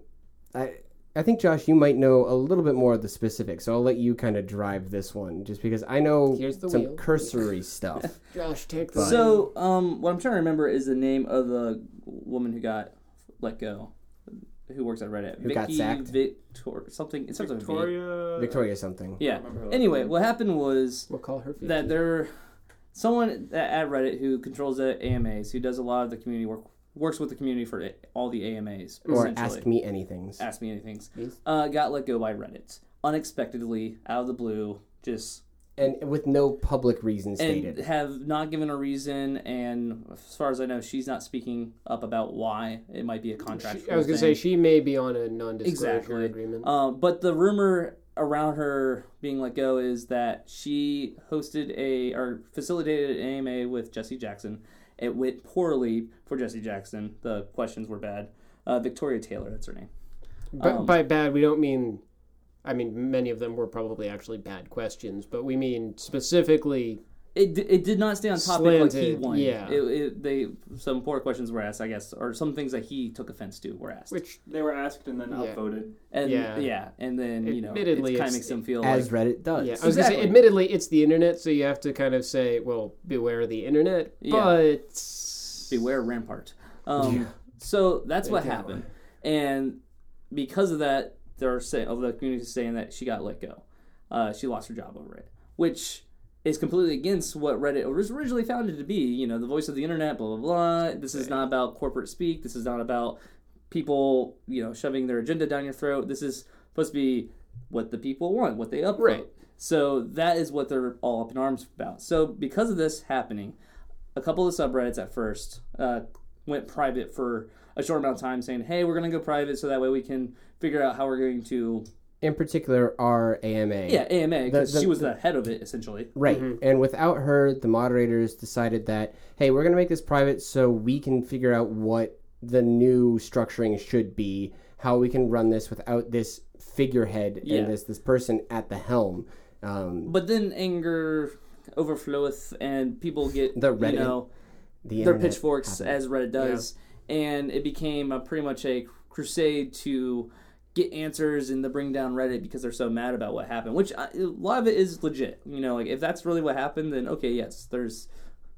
Speaker 1: I I think Josh, you might know a little bit more of the specifics, so I'll let you kind of drive this one, just because I know
Speaker 3: Here's the
Speaker 1: some
Speaker 3: wheel.
Speaker 1: cursory stuff.
Speaker 3: Josh, take the.
Speaker 4: So, um, what I'm trying to remember is the name of the woman who got let go, who works at Reddit.
Speaker 1: Who got sacked?
Speaker 4: Victor something. It starts with a V.
Speaker 2: Victoria.
Speaker 1: Victoria something.
Speaker 4: Yeah.
Speaker 2: remember her last
Speaker 4: Anyway, what happened was
Speaker 3: we'll call her. 50.
Speaker 4: that there, someone at at Reddit who controls the AMAs, who does a lot of the community work, works with the community for it- all the AMAs.
Speaker 1: Or
Speaker 4: essentially.
Speaker 1: ask me anything's.
Speaker 4: ask me anything.
Speaker 3: Yes.
Speaker 4: Uh, got let go by Reddit unexpectedly out of the blue. Just
Speaker 1: And with no public reason stated.
Speaker 4: and have not given a reason. And as far as I know, she's not speaking up about why it might be a contract.
Speaker 3: She- I was gonna say she may be on a non-disclosure
Speaker 4: exactly.
Speaker 3: agreement.
Speaker 4: Um, but the rumor around her being let go is that she hosted a or facilitated an AMA with Jesse Jackson. It went poorly for Jesse Jackson. The questions were bad. Uh, Victoria Taylor, that's her name. Um,
Speaker 3: But
Speaker 4: Oh.
Speaker 3: by bad, we don't mean. I mean, many of them were probably actually bad questions, but we mean specifically.
Speaker 4: It, d- it did not stay on topic like he
Speaker 3: Slanted,
Speaker 4: wanted.
Speaker 3: yeah.
Speaker 4: It, it, they some poor questions were asked, I guess, or some things that he took offense to were asked.
Speaker 3: Which
Speaker 2: They were asked and then
Speaker 3: Yeah.
Speaker 2: upvoted.
Speaker 4: and
Speaker 3: yeah.
Speaker 4: yeah, and then you know,
Speaker 3: Admittedly,
Speaker 4: it kind
Speaker 3: it's-
Speaker 4: of makes him feel
Speaker 1: as
Speaker 4: like
Speaker 1: Reddit does.
Speaker 3: Yeah, I was gonna
Speaker 4: Exactly.
Speaker 3: say. Admittedly, it's the internet, so you have to kind of say, "Well, beware the internet,"
Speaker 4: Yeah.
Speaker 3: but
Speaker 4: beware Rampart. Um, So that's what
Speaker 3: Yeah.
Speaker 4: happened, and because of that, they're saying of the community is saying that she got let go. Uh, she lost her job over it, which is completely against what Reddit was originally founded to be. You know, the voice of the internet, blah blah blah. This is not about corporate speak. This is not about people, you know, shoving their agenda down your throat. This is supposed to be what the people want, what they upvote.
Speaker 3: Right.
Speaker 4: So that is what they're all up in arms about. So because of this happening, a couple of subreddits at first uh, went private for a short amount of time, saying, "Hey, we're gonna go private, so that way we can figure out how we're going to."
Speaker 1: In particular, our AMA.
Speaker 4: Yeah, AMA because
Speaker 1: The- the-
Speaker 4: she was the head of it essentially.
Speaker 1: Right. And without her, the moderators decided that, hey, we're going to make this private so we can figure out what the new structuring should be, how we can run this without this figurehead
Speaker 4: Yeah.
Speaker 1: and this, this person at the helm. Um,
Speaker 4: But then anger overfloweth, and people get
Speaker 1: The
Speaker 4: you
Speaker 1: Reddit
Speaker 4: know
Speaker 1: the
Speaker 4: their
Speaker 1: internet
Speaker 4: pitchforks
Speaker 1: happened.
Speaker 4: as Reddit does, and it became a, pretty much a crusade to get answers and to bring down Reddit because they're so mad about what happened. Which I, a lot of it is legit, you know. Like if that's really what happened, then okay, yes, there's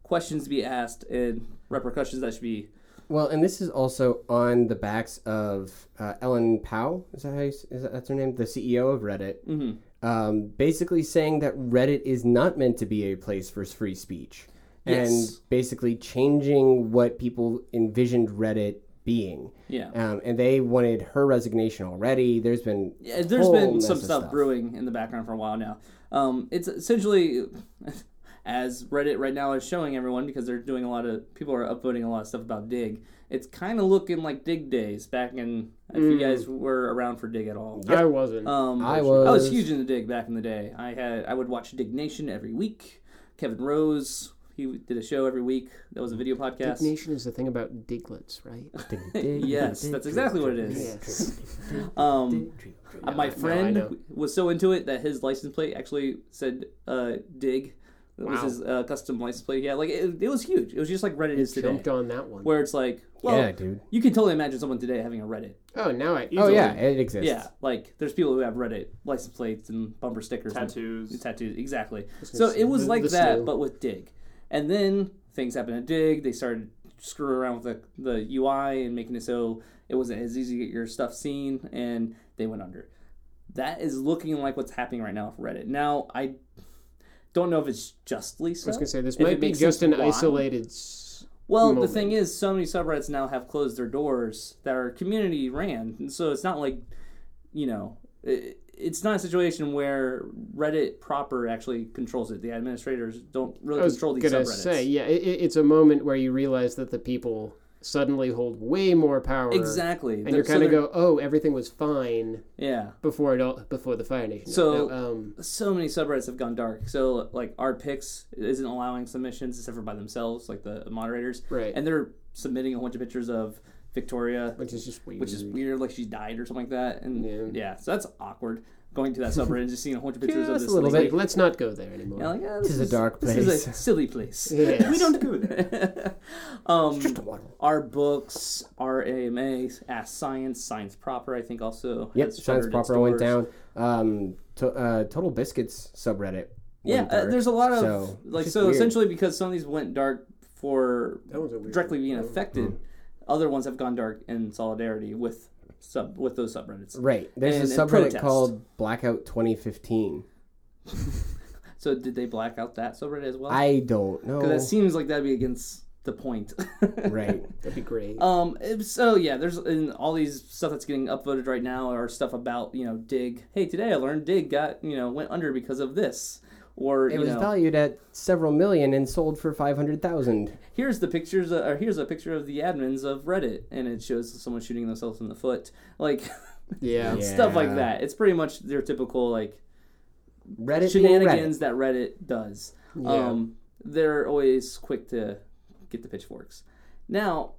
Speaker 4: questions to be asked and repercussions that should be.
Speaker 1: Well, and this is also on the backs of uh, Ellen Powell. Is that how you, s- is that, that's her name? The CEO of Reddit.
Speaker 4: Mhm.
Speaker 1: Um, basically saying that Reddit is not meant to be a place for free speech,
Speaker 4: Yes.
Speaker 1: and basically changing what people envisioned Reddit being.
Speaker 4: Yeah.
Speaker 1: Um, and they wanted her resignation already. There's been
Speaker 4: Yeah, there's
Speaker 1: whole
Speaker 4: been
Speaker 1: mess
Speaker 4: some
Speaker 1: of
Speaker 4: stuff, brewing in the background for a while now. Um, it's essentially as Reddit right now is showing everyone because they're doing a lot of people are upvoting a lot of stuff about Dig. It's kind of looking like Dig days back in if you guys were around for Dig at all.
Speaker 3: I wasn't.
Speaker 4: Um,
Speaker 1: Mm. I
Speaker 4: I was
Speaker 1: was.
Speaker 4: huge into Dig back in the day. I had I would watch Dig Nation every week. Kevin Rose he did a show every week. That was a video podcast.
Speaker 3: Dignation is the thing about diglets, right?
Speaker 4: yes, that's exactly what it is. um, Uh, my
Speaker 3: No, I
Speaker 4: friend
Speaker 3: know.
Speaker 4: was so into it that his license plate actually said uh, "dig." That was
Speaker 3: Wow.
Speaker 4: his uh, custom license plate. Yeah, like it, it was huge. It was just like Reddit is today,
Speaker 3: Jumped on that one.
Speaker 4: where it's like, well,
Speaker 1: yeah, dude.
Speaker 4: you can totally imagine someone today having a Reddit.
Speaker 3: oh, now I.
Speaker 1: Oh
Speaker 3: easily-
Speaker 1: yeah, it exists.
Speaker 4: Yeah, like there's people who have Reddit license plates and bumper stickers, and
Speaker 2: tattoos.
Speaker 4: tattoos, exactly.
Speaker 3: gonna
Speaker 4: So
Speaker 3: say,
Speaker 4: it was
Speaker 3: the-
Speaker 4: like
Speaker 3: the
Speaker 4: that,
Speaker 3: snow.
Speaker 4: but with Dig. And then things happened at Dig. They started screwing around with the, the UI and making it so it wasn't as easy to get your stuff seen, and they went under. That is looking like what's happening right now with Reddit. Now I don't know if it's justly
Speaker 3: I
Speaker 4: so.
Speaker 3: was gonna say this
Speaker 4: If it
Speaker 3: might be
Speaker 4: makes
Speaker 3: just
Speaker 4: sense
Speaker 3: an
Speaker 4: why.
Speaker 3: isolated. s-
Speaker 4: Well,
Speaker 3: moment.
Speaker 4: the thing is, so many subreddits now have closed their doors that are community ran, and so it's not like, you know, it, it's not a situation where Reddit proper actually controls it. The administrators don't really
Speaker 3: I was
Speaker 4: control these
Speaker 3: gonna
Speaker 4: subreddits.
Speaker 3: say, yeah, it, it- it's a moment where you realize that the people suddenly hold way more power.
Speaker 4: exactly,
Speaker 3: And you
Speaker 4: They're- so
Speaker 3: kind of
Speaker 4: they're-
Speaker 3: go, oh, everything was fine
Speaker 4: yeah.
Speaker 3: before it all before the Fire Nation.
Speaker 4: So-
Speaker 3: No, um,
Speaker 4: So many subreddits have gone dark. So like our picks isn't allowing submissions except for by themselves, like the moderators,
Speaker 3: right,
Speaker 4: and they're submitting a whole bunch of pictures of Victoria
Speaker 3: which is just weird.
Speaker 4: which is weird. Like she died or something like that, and yeah,
Speaker 3: Yeah.
Speaker 4: so that's awkward. Going to that subreddit and just seeing a whole bunch of pictures of
Speaker 1: Just a
Speaker 4: this
Speaker 1: little
Speaker 4: lady.
Speaker 3: Like, let's not go there anymore.
Speaker 4: Yeah, like, yeah,
Speaker 1: This is a dark
Speaker 4: This is a
Speaker 1: place.
Speaker 4: silly place.
Speaker 3: Yes.
Speaker 4: we don't go there. um,
Speaker 1: Just a water.
Speaker 4: our books, our AMAs, Ask Science, Science Proper, I think also.
Speaker 1: Yep,
Speaker 4: has
Speaker 1: Science
Speaker 4: shuttered its
Speaker 1: Proper went
Speaker 4: doors.
Speaker 1: down. Um, to, uh, Total Biscuits subreddit.
Speaker 4: Yeah,
Speaker 1: went
Speaker 4: uh,
Speaker 1: dark.
Speaker 4: there's a lot of
Speaker 1: So,
Speaker 4: like
Speaker 1: just
Speaker 4: so
Speaker 1: weird.
Speaker 4: essentially because some of these went dark for
Speaker 3: That was a weird
Speaker 4: directly being
Speaker 3: one.
Speaker 4: affected.
Speaker 1: Hmm.
Speaker 4: Other ones have gone dark in solidarity with sub with those subreddits.
Speaker 1: Right. There's
Speaker 4: and-
Speaker 1: a
Speaker 4: and
Speaker 1: subreddit
Speaker 4: protest.
Speaker 1: called Blackout 2015.
Speaker 4: So did they black out that subreddit as well?
Speaker 1: I don't know.
Speaker 4: Because that seems like that'd be against the point.
Speaker 1: right.
Speaker 3: That'd be great.
Speaker 4: Um. it- So yeah, there's and all these stuff that's getting upvoted right now are stuff about you know Dig. Hey, today I learned Dig got you know went under because of this. Or
Speaker 1: It
Speaker 4: you
Speaker 1: was
Speaker 4: know,
Speaker 1: valued at several million and sold for 500,000.
Speaker 4: here's the pictures, uh, or here's a picture of the admins of Reddit, and it shows someone shooting themselves in the foot, like
Speaker 3: yeah.
Speaker 1: Yeah.
Speaker 4: stuff like that. It's pretty much their typical like
Speaker 1: Reddit being Reddit.
Speaker 4: shenanigans that Reddit does.
Speaker 3: Yeah.
Speaker 4: Um, they're always quick to get the pitchforks. Now,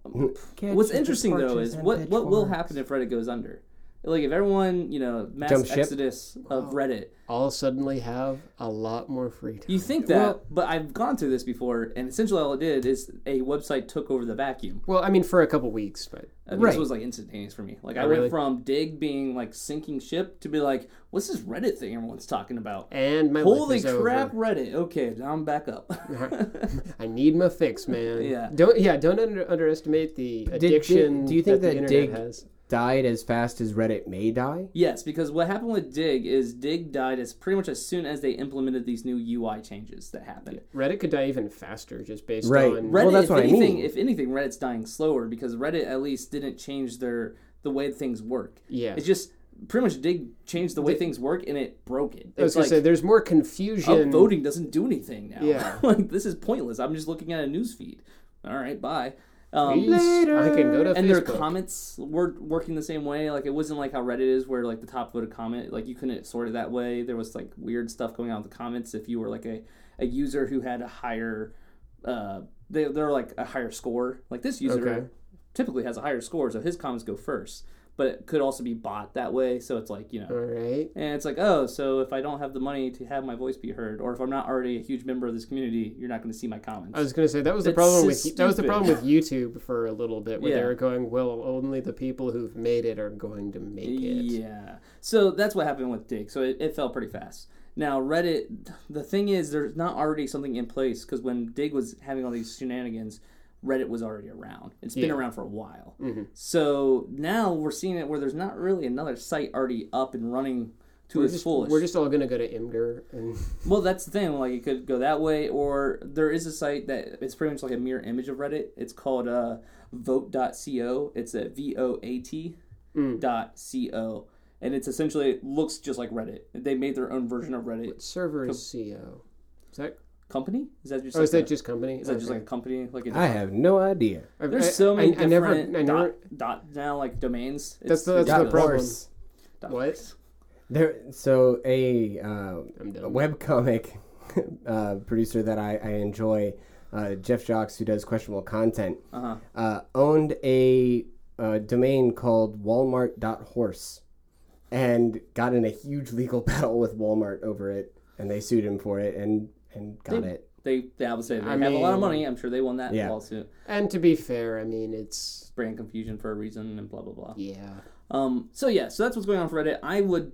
Speaker 1: Catch
Speaker 4: What's
Speaker 1: the
Speaker 4: interesting though
Speaker 1: torches
Speaker 4: is
Speaker 1: and
Speaker 4: what what will
Speaker 1: pitchforks.
Speaker 4: happen if Reddit goes under. like if everyone you know mass
Speaker 1: Jump ship?
Speaker 4: exodus of Reddit,
Speaker 3: I'll suddenly have a lot more free time.
Speaker 4: you think that.
Speaker 1: Well-
Speaker 4: but I've gone through this before, and essentially all it did is a website took over the vacuum.
Speaker 3: Well, I mean, for a couple weeks, but
Speaker 4: I mean,
Speaker 1: Right.
Speaker 4: This was like instantaneous for me. Like I
Speaker 3: Oh, really?
Speaker 4: went from dig being like sinking ship to be like, what's this Reddit thing everyone's talking about?
Speaker 3: and my
Speaker 4: Holy
Speaker 3: life is
Speaker 4: crap, Reddit. Okay, now I'm back up.
Speaker 3: Over. I need my fix, man.
Speaker 4: Yeah.
Speaker 3: Don't yeah. Don't under, underestimate the
Speaker 1: did-
Speaker 3: addiction.
Speaker 1: do you think that
Speaker 3: that, the internet
Speaker 1: Dig-
Speaker 3: has?
Speaker 1: Died as fast as Reddit may die.
Speaker 4: yes, because what happened with Dig is Dig died as pretty much as soon as they implemented these new UI changes that happened.
Speaker 3: Reddit could die even faster just based
Speaker 1: Right.
Speaker 3: on
Speaker 4: Reddit,
Speaker 1: Well, that's
Speaker 4: if
Speaker 1: what I
Speaker 4: anything,
Speaker 1: mean.
Speaker 4: if anything, Reddit's dying slower because Reddit at least didn't change their the way things work.
Speaker 3: yeah.
Speaker 4: It's just pretty much Dig changed the way things work and it broke it.
Speaker 3: I was
Speaker 4: It's
Speaker 3: gonna
Speaker 4: like,
Speaker 3: say there's more confusion.
Speaker 4: upvoting doesn't do anything now.
Speaker 3: Yeah.
Speaker 4: like this is pointless. I'm just looking at a news feed. All right, bye. Um,
Speaker 1: Later.
Speaker 3: I can go to
Speaker 4: and their
Speaker 3: Facebook.
Speaker 4: comments were working the same way. Like it wasn't like how Reddit is, where like the top voted comment, like you couldn't sort it that way. There was like weird stuff going on with the comments if you were like a, a user who had a higher, uh, they they're like a higher score. Like this user
Speaker 3: Okay.
Speaker 4: typically has a higher score, so his comments go first. But it could also be bought that way. So it's like you know,
Speaker 3: All right.
Speaker 4: and it's like, oh, so if I don't have the money to have my voice be heard, or if I'm not already a huge member of this community, you're not going to see my comments.
Speaker 3: I was gonna say that was the
Speaker 4: That's
Speaker 3: problem
Speaker 4: so
Speaker 3: with that was the
Speaker 4: stupid.
Speaker 3: problem with YouTube for a little bit where they
Speaker 4: Yeah.
Speaker 3: were going well only the people who've made it are going to make it.
Speaker 4: yeah. So that's what happened with Dig. So it, it fell pretty fast. Now, Reddit, the thing is, there's not already something in place because when Dig was having all these shenanigans, Reddit was already around. It's been
Speaker 3: Yeah.
Speaker 4: around for a while.
Speaker 3: Mhm.
Speaker 4: So now we're seeing it where there's not really another site already up and running to
Speaker 3: We're
Speaker 4: its
Speaker 3: just,
Speaker 4: fullest.
Speaker 3: we're just all gonna go to Imgur and
Speaker 4: Well, that's the thing. Like, it could go that way, or there is a site that it's pretty much like a mirror image of Reddit. It's called uh, vote.co. It's a V O A T
Speaker 3: Mm.
Speaker 4: dot C O. And it's essentially it looks just like Reddit. They made their own version of Reddit.
Speaker 3: server is CO. Is that
Speaker 4: Company? Is that just,
Speaker 3: oh
Speaker 4: like
Speaker 3: is that
Speaker 4: a-
Speaker 3: just company?
Speaker 4: is that just
Speaker 3: Okay.
Speaker 4: like a company? Like,
Speaker 1: I
Speaker 4: a,
Speaker 1: have no idea.
Speaker 3: I've-
Speaker 4: there's
Speaker 3: I-
Speaker 4: so many
Speaker 3: I, I
Speaker 4: different
Speaker 3: never I never
Speaker 4: dot, dot now like domains.
Speaker 3: That's the- that's
Speaker 4: it's
Speaker 1: Got
Speaker 3: the problem.
Speaker 1: worse.
Speaker 4: dot-
Speaker 3: what?
Speaker 1: There, so a uh,
Speaker 3: I'm done.
Speaker 1: a webcomic uh, producer that I, I enjoy, uh, Jeff Jocks, who does questionable content,
Speaker 4: Uh-huh.
Speaker 1: uh, owned a, uh domain called Walmart.horse and got in a huge legal battle with Walmart over it. And they sued him for it and, and got
Speaker 4: They-
Speaker 1: it.
Speaker 4: They, they obviously they
Speaker 3: I
Speaker 4: have a lot of
Speaker 3: mean-
Speaker 4: money. I'm sure they won that
Speaker 1: Yeah.
Speaker 4: lawsuit.
Speaker 3: And to be fair, I mean it's
Speaker 4: Brand confusion for a reason and blah blah blah.
Speaker 3: yeah.
Speaker 4: Um, so yeah, so that's what's going on for Reddit. I would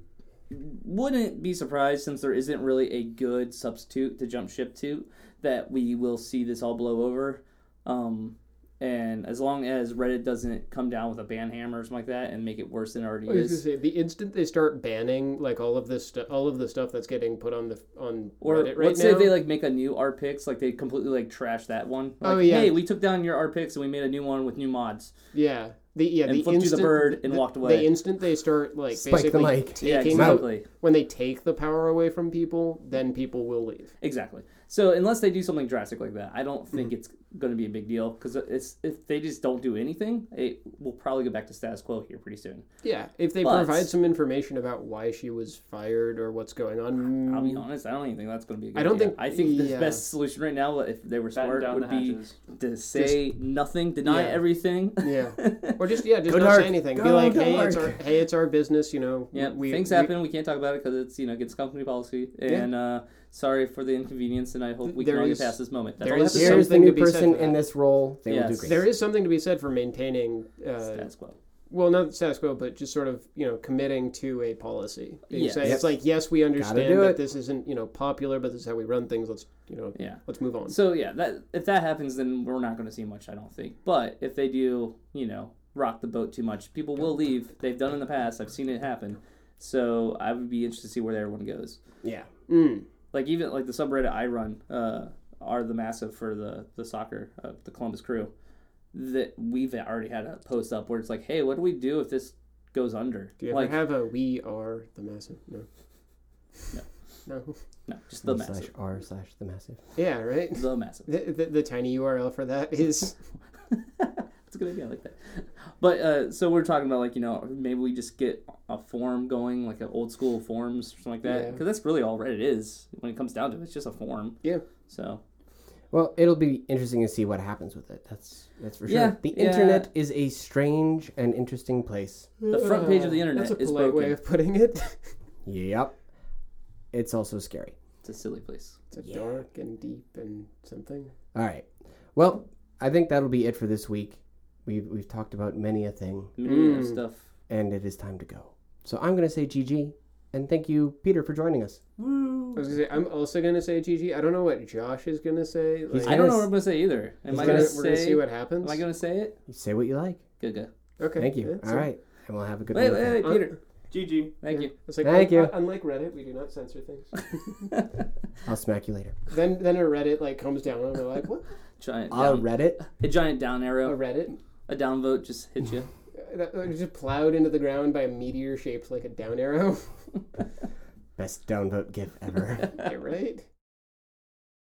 Speaker 4: wouldn't be surprised since there isn't really a good substitute to jump ship to that we will see this all blow over. Um, and as long as Reddit doesn't come down with a ban hammer or something like that and make it worse than it already
Speaker 3: I was gonna
Speaker 4: is,
Speaker 3: say the instant they start banning like all of this stu- all of the stuff that's getting put on the on
Speaker 4: or
Speaker 3: Reddit right
Speaker 4: let's
Speaker 3: now.
Speaker 4: say they like make a new art picks, like they completely like trash that one. Like,
Speaker 3: Oh, yeah.
Speaker 4: hey, we took down your art picks and we made a new one with new mods.
Speaker 3: yeah. The, yeah,
Speaker 4: And
Speaker 3: the
Speaker 4: flipped you the
Speaker 3: instant,
Speaker 4: bird and
Speaker 3: the-
Speaker 4: walked
Speaker 3: The
Speaker 4: away.
Speaker 3: instant they start like
Speaker 1: Spike the
Speaker 3: basically
Speaker 1: mic.
Speaker 3: taking
Speaker 4: Yeah,
Speaker 1: out.
Speaker 4: exactly.
Speaker 3: when they take the power away from people, then people will leave.
Speaker 4: Exactly. So unless they do something drastic like that, I don't
Speaker 3: Mm-hmm.
Speaker 4: think it's going to be a big deal because it's if they just don't do anything, it will probably go back to status quo here pretty soon.
Speaker 3: Yeah, if they
Speaker 4: But-
Speaker 3: provide some information about why she was fired or what's going on,
Speaker 4: I'll be honest, I don't even think that's going to be. A good
Speaker 3: Mm. I don't
Speaker 4: idea.
Speaker 3: think-
Speaker 4: I think the
Speaker 3: yeah.
Speaker 4: best solution right now, if they were
Speaker 2: Batten
Speaker 4: smart,
Speaker 2: down the
Speaker 4: would be
Speaker 2: hatches.
Speaker 4: to say nothing, deny
Speaker 3: Yeah.
Speaker 4: everything.
Speaker 3: yeah, or just yeah, just
Speaker 1: Go
Speaker 3: not
Speaker 1: dark.
Speaker 3: say anything. be
Speaker 1: Go
Speaker 3: like, hey, it's our
Speaker 1: dark.
Speaker 3: hey, it's our business. You know,
Speaker 4: Yeah,
Speaker 3: we,
Speaker 4: things
Speaker 3: we-
Speaker 4: happen. We can't talk about it because it's you know against company policy. And uh, sorry for the inconvenience, and I hope we
Speaker 3: There
Speaker 4: can all
Speaker 3: is-
Speaker 4: get past this moment. That's
Speaker 3: there
Speaker 4: all I have
Speaker 3: is
Speaker 4: to say.
Speaker 3: something
Speaker 1: Here's the new
Speaker 3: to be said
Speaker 1: person
Speaker 3: for that.
Speaker 1: in this role. They will do
Speaker 4: Yes.
Speaker 1: great.
Speaker 3: There is something to be said for maintaining, uh,
Speaker 4: status quo.
Speaker 3: well, not the status quo, but just sort of you know committing to a policy. You
Speaker 4: Yes.
Speaker 3: say,
Speaker 1: Yep.
Speaker 3: It's like yes, we
Speaker 1: do
Speaker 3: understand that
Speaker 1: it.
Speaker 3: this isn't you know popular, but this is how we run things. Let's you know
Speaker 4: Yeah.
Speaker 3: let's move on.
Speaker 4: So yeah, that if that happens, then we're not going to see much, I don't think. But if they do, you know, rock the boat too much, people will leave. They've done in the past. I've seen it happen. So I would be interested to see where everyone goes.
Speaker 1: Yeah.
Speaker 3: Mm.
Speaker 4: Like even like the subreddit I run uh, are the massive for the the soccer uh, the Columbus Crew. That we've already had a post up where it's like, hey, what do we do if this goes under?
Speaker 3: Do you ever
Speaker 4: like,
Speaker 3: have a we are the massive? No. No. No.
Speaker 4: no, just the
Speaker 1: slash
Speaker 4: massive,
Speaker 1: R slash the massive.
Speaker 3: Yeah, right.
Speaker 4: the massive.
Speaker 3: The, the, the tiny URL for that is
Speaker 4: It's a good idea. I like that. But uh, so we're talking about like you know maybe we just get a form going like an old school forms or something like that
Speaker 3: Yeah.
Speaker 4: because that's really all Reddit is when it comes down to it. It's just a form.
Speaker 3: Yeah.
Speaker 4: So
Speaker 1: Well, it'll be interesting to see what happens with it. That's that's for sure.
Speaker 4: Yeah,
Speaker 1: the
Speaker 4: yeah.
Speaker 1: internet is a strange and interesting place.
Speaker 4: The front page of the internet
Speaker 3: That's a
Speaker 4: is
Speaker 3: polite
Speaker 4: broken.
Speaker 3: way of putting it.
Speaker 1: Yep. It's also scary.
Speaker 4: It's a silly place.
Speaker 3: It's a
Speaker 1: Yeah.
Speaker 3: dark and deep and something.
Speaker 1: All right. Well, I think that'll be it for this week. We've we've talked about many a thing,
Speaker 4: Million of
Speaker 3: Mm.
Speaker 4: stuff.
Speaker 1: and it is time to go. So I'm gonna say GG, and thank you, Peter, for joining us.
Speaker 3: I was gonna say I'm also gonna say GG. I don't know what Josh is gonna say.
Speaker 1: He's
Speaker 4: I
Speaker 1: gonna
Speaker 4: don't know
Speaker 1: s-
Speaker 4: what I'm gonna say either. Am
Speaker 1: he's
Speaker 4: I
Speaker 3: we're
Speaker 4: gonna,
Speaker 3: gonna, we're gonna
Speaker 4: say?
Speaker 3: see what happens.
Speaker 4: am I gonna say it?
Speaker 1: You say what you like.
Speaker 4: Good, good.
Speaker 3: okay.
Speaker 1: Thank you.
Speaker 3: yeah,
Speaker 1: All
Speaker 3: so-
Speaker 1: right, and we'll have a good
Speaker 4: Wait,
Speaker 1: one.
Speaker 4: wait, wait,
Speaker 3: Uh,
Speaker 4: Peter.
Speaker 2: GG.
Speaker 4: Thank
Speaker 3: yeah.
Speaker 4: you.
Speaker 3: It's like,
Speaker 1: Thank
Speaker 3: un-
Speaker 1: you.
Speaker 3: Unlike Reddit, we do not censor things.
Speaker 1: I'll smack you later.
Speaker 3: then then a Reddit like comes down and we're like, what?
Speaker 4: Giant,
Speaker 1: I'll
Speaker 4: down,
Speaker 1: read it.
Speaker 4: a giant down
Speaker 3: A
Speaker 4: arrow,
Speaker 3: Reddit
Speaker 4: a downvote just hit you.
Speaker 3: Uh, that, that was just plowed into the ground by a meteor shaped like a down arrow.
Speaker 1: Best downvote gif ever.
Speaker 3: yeah, right.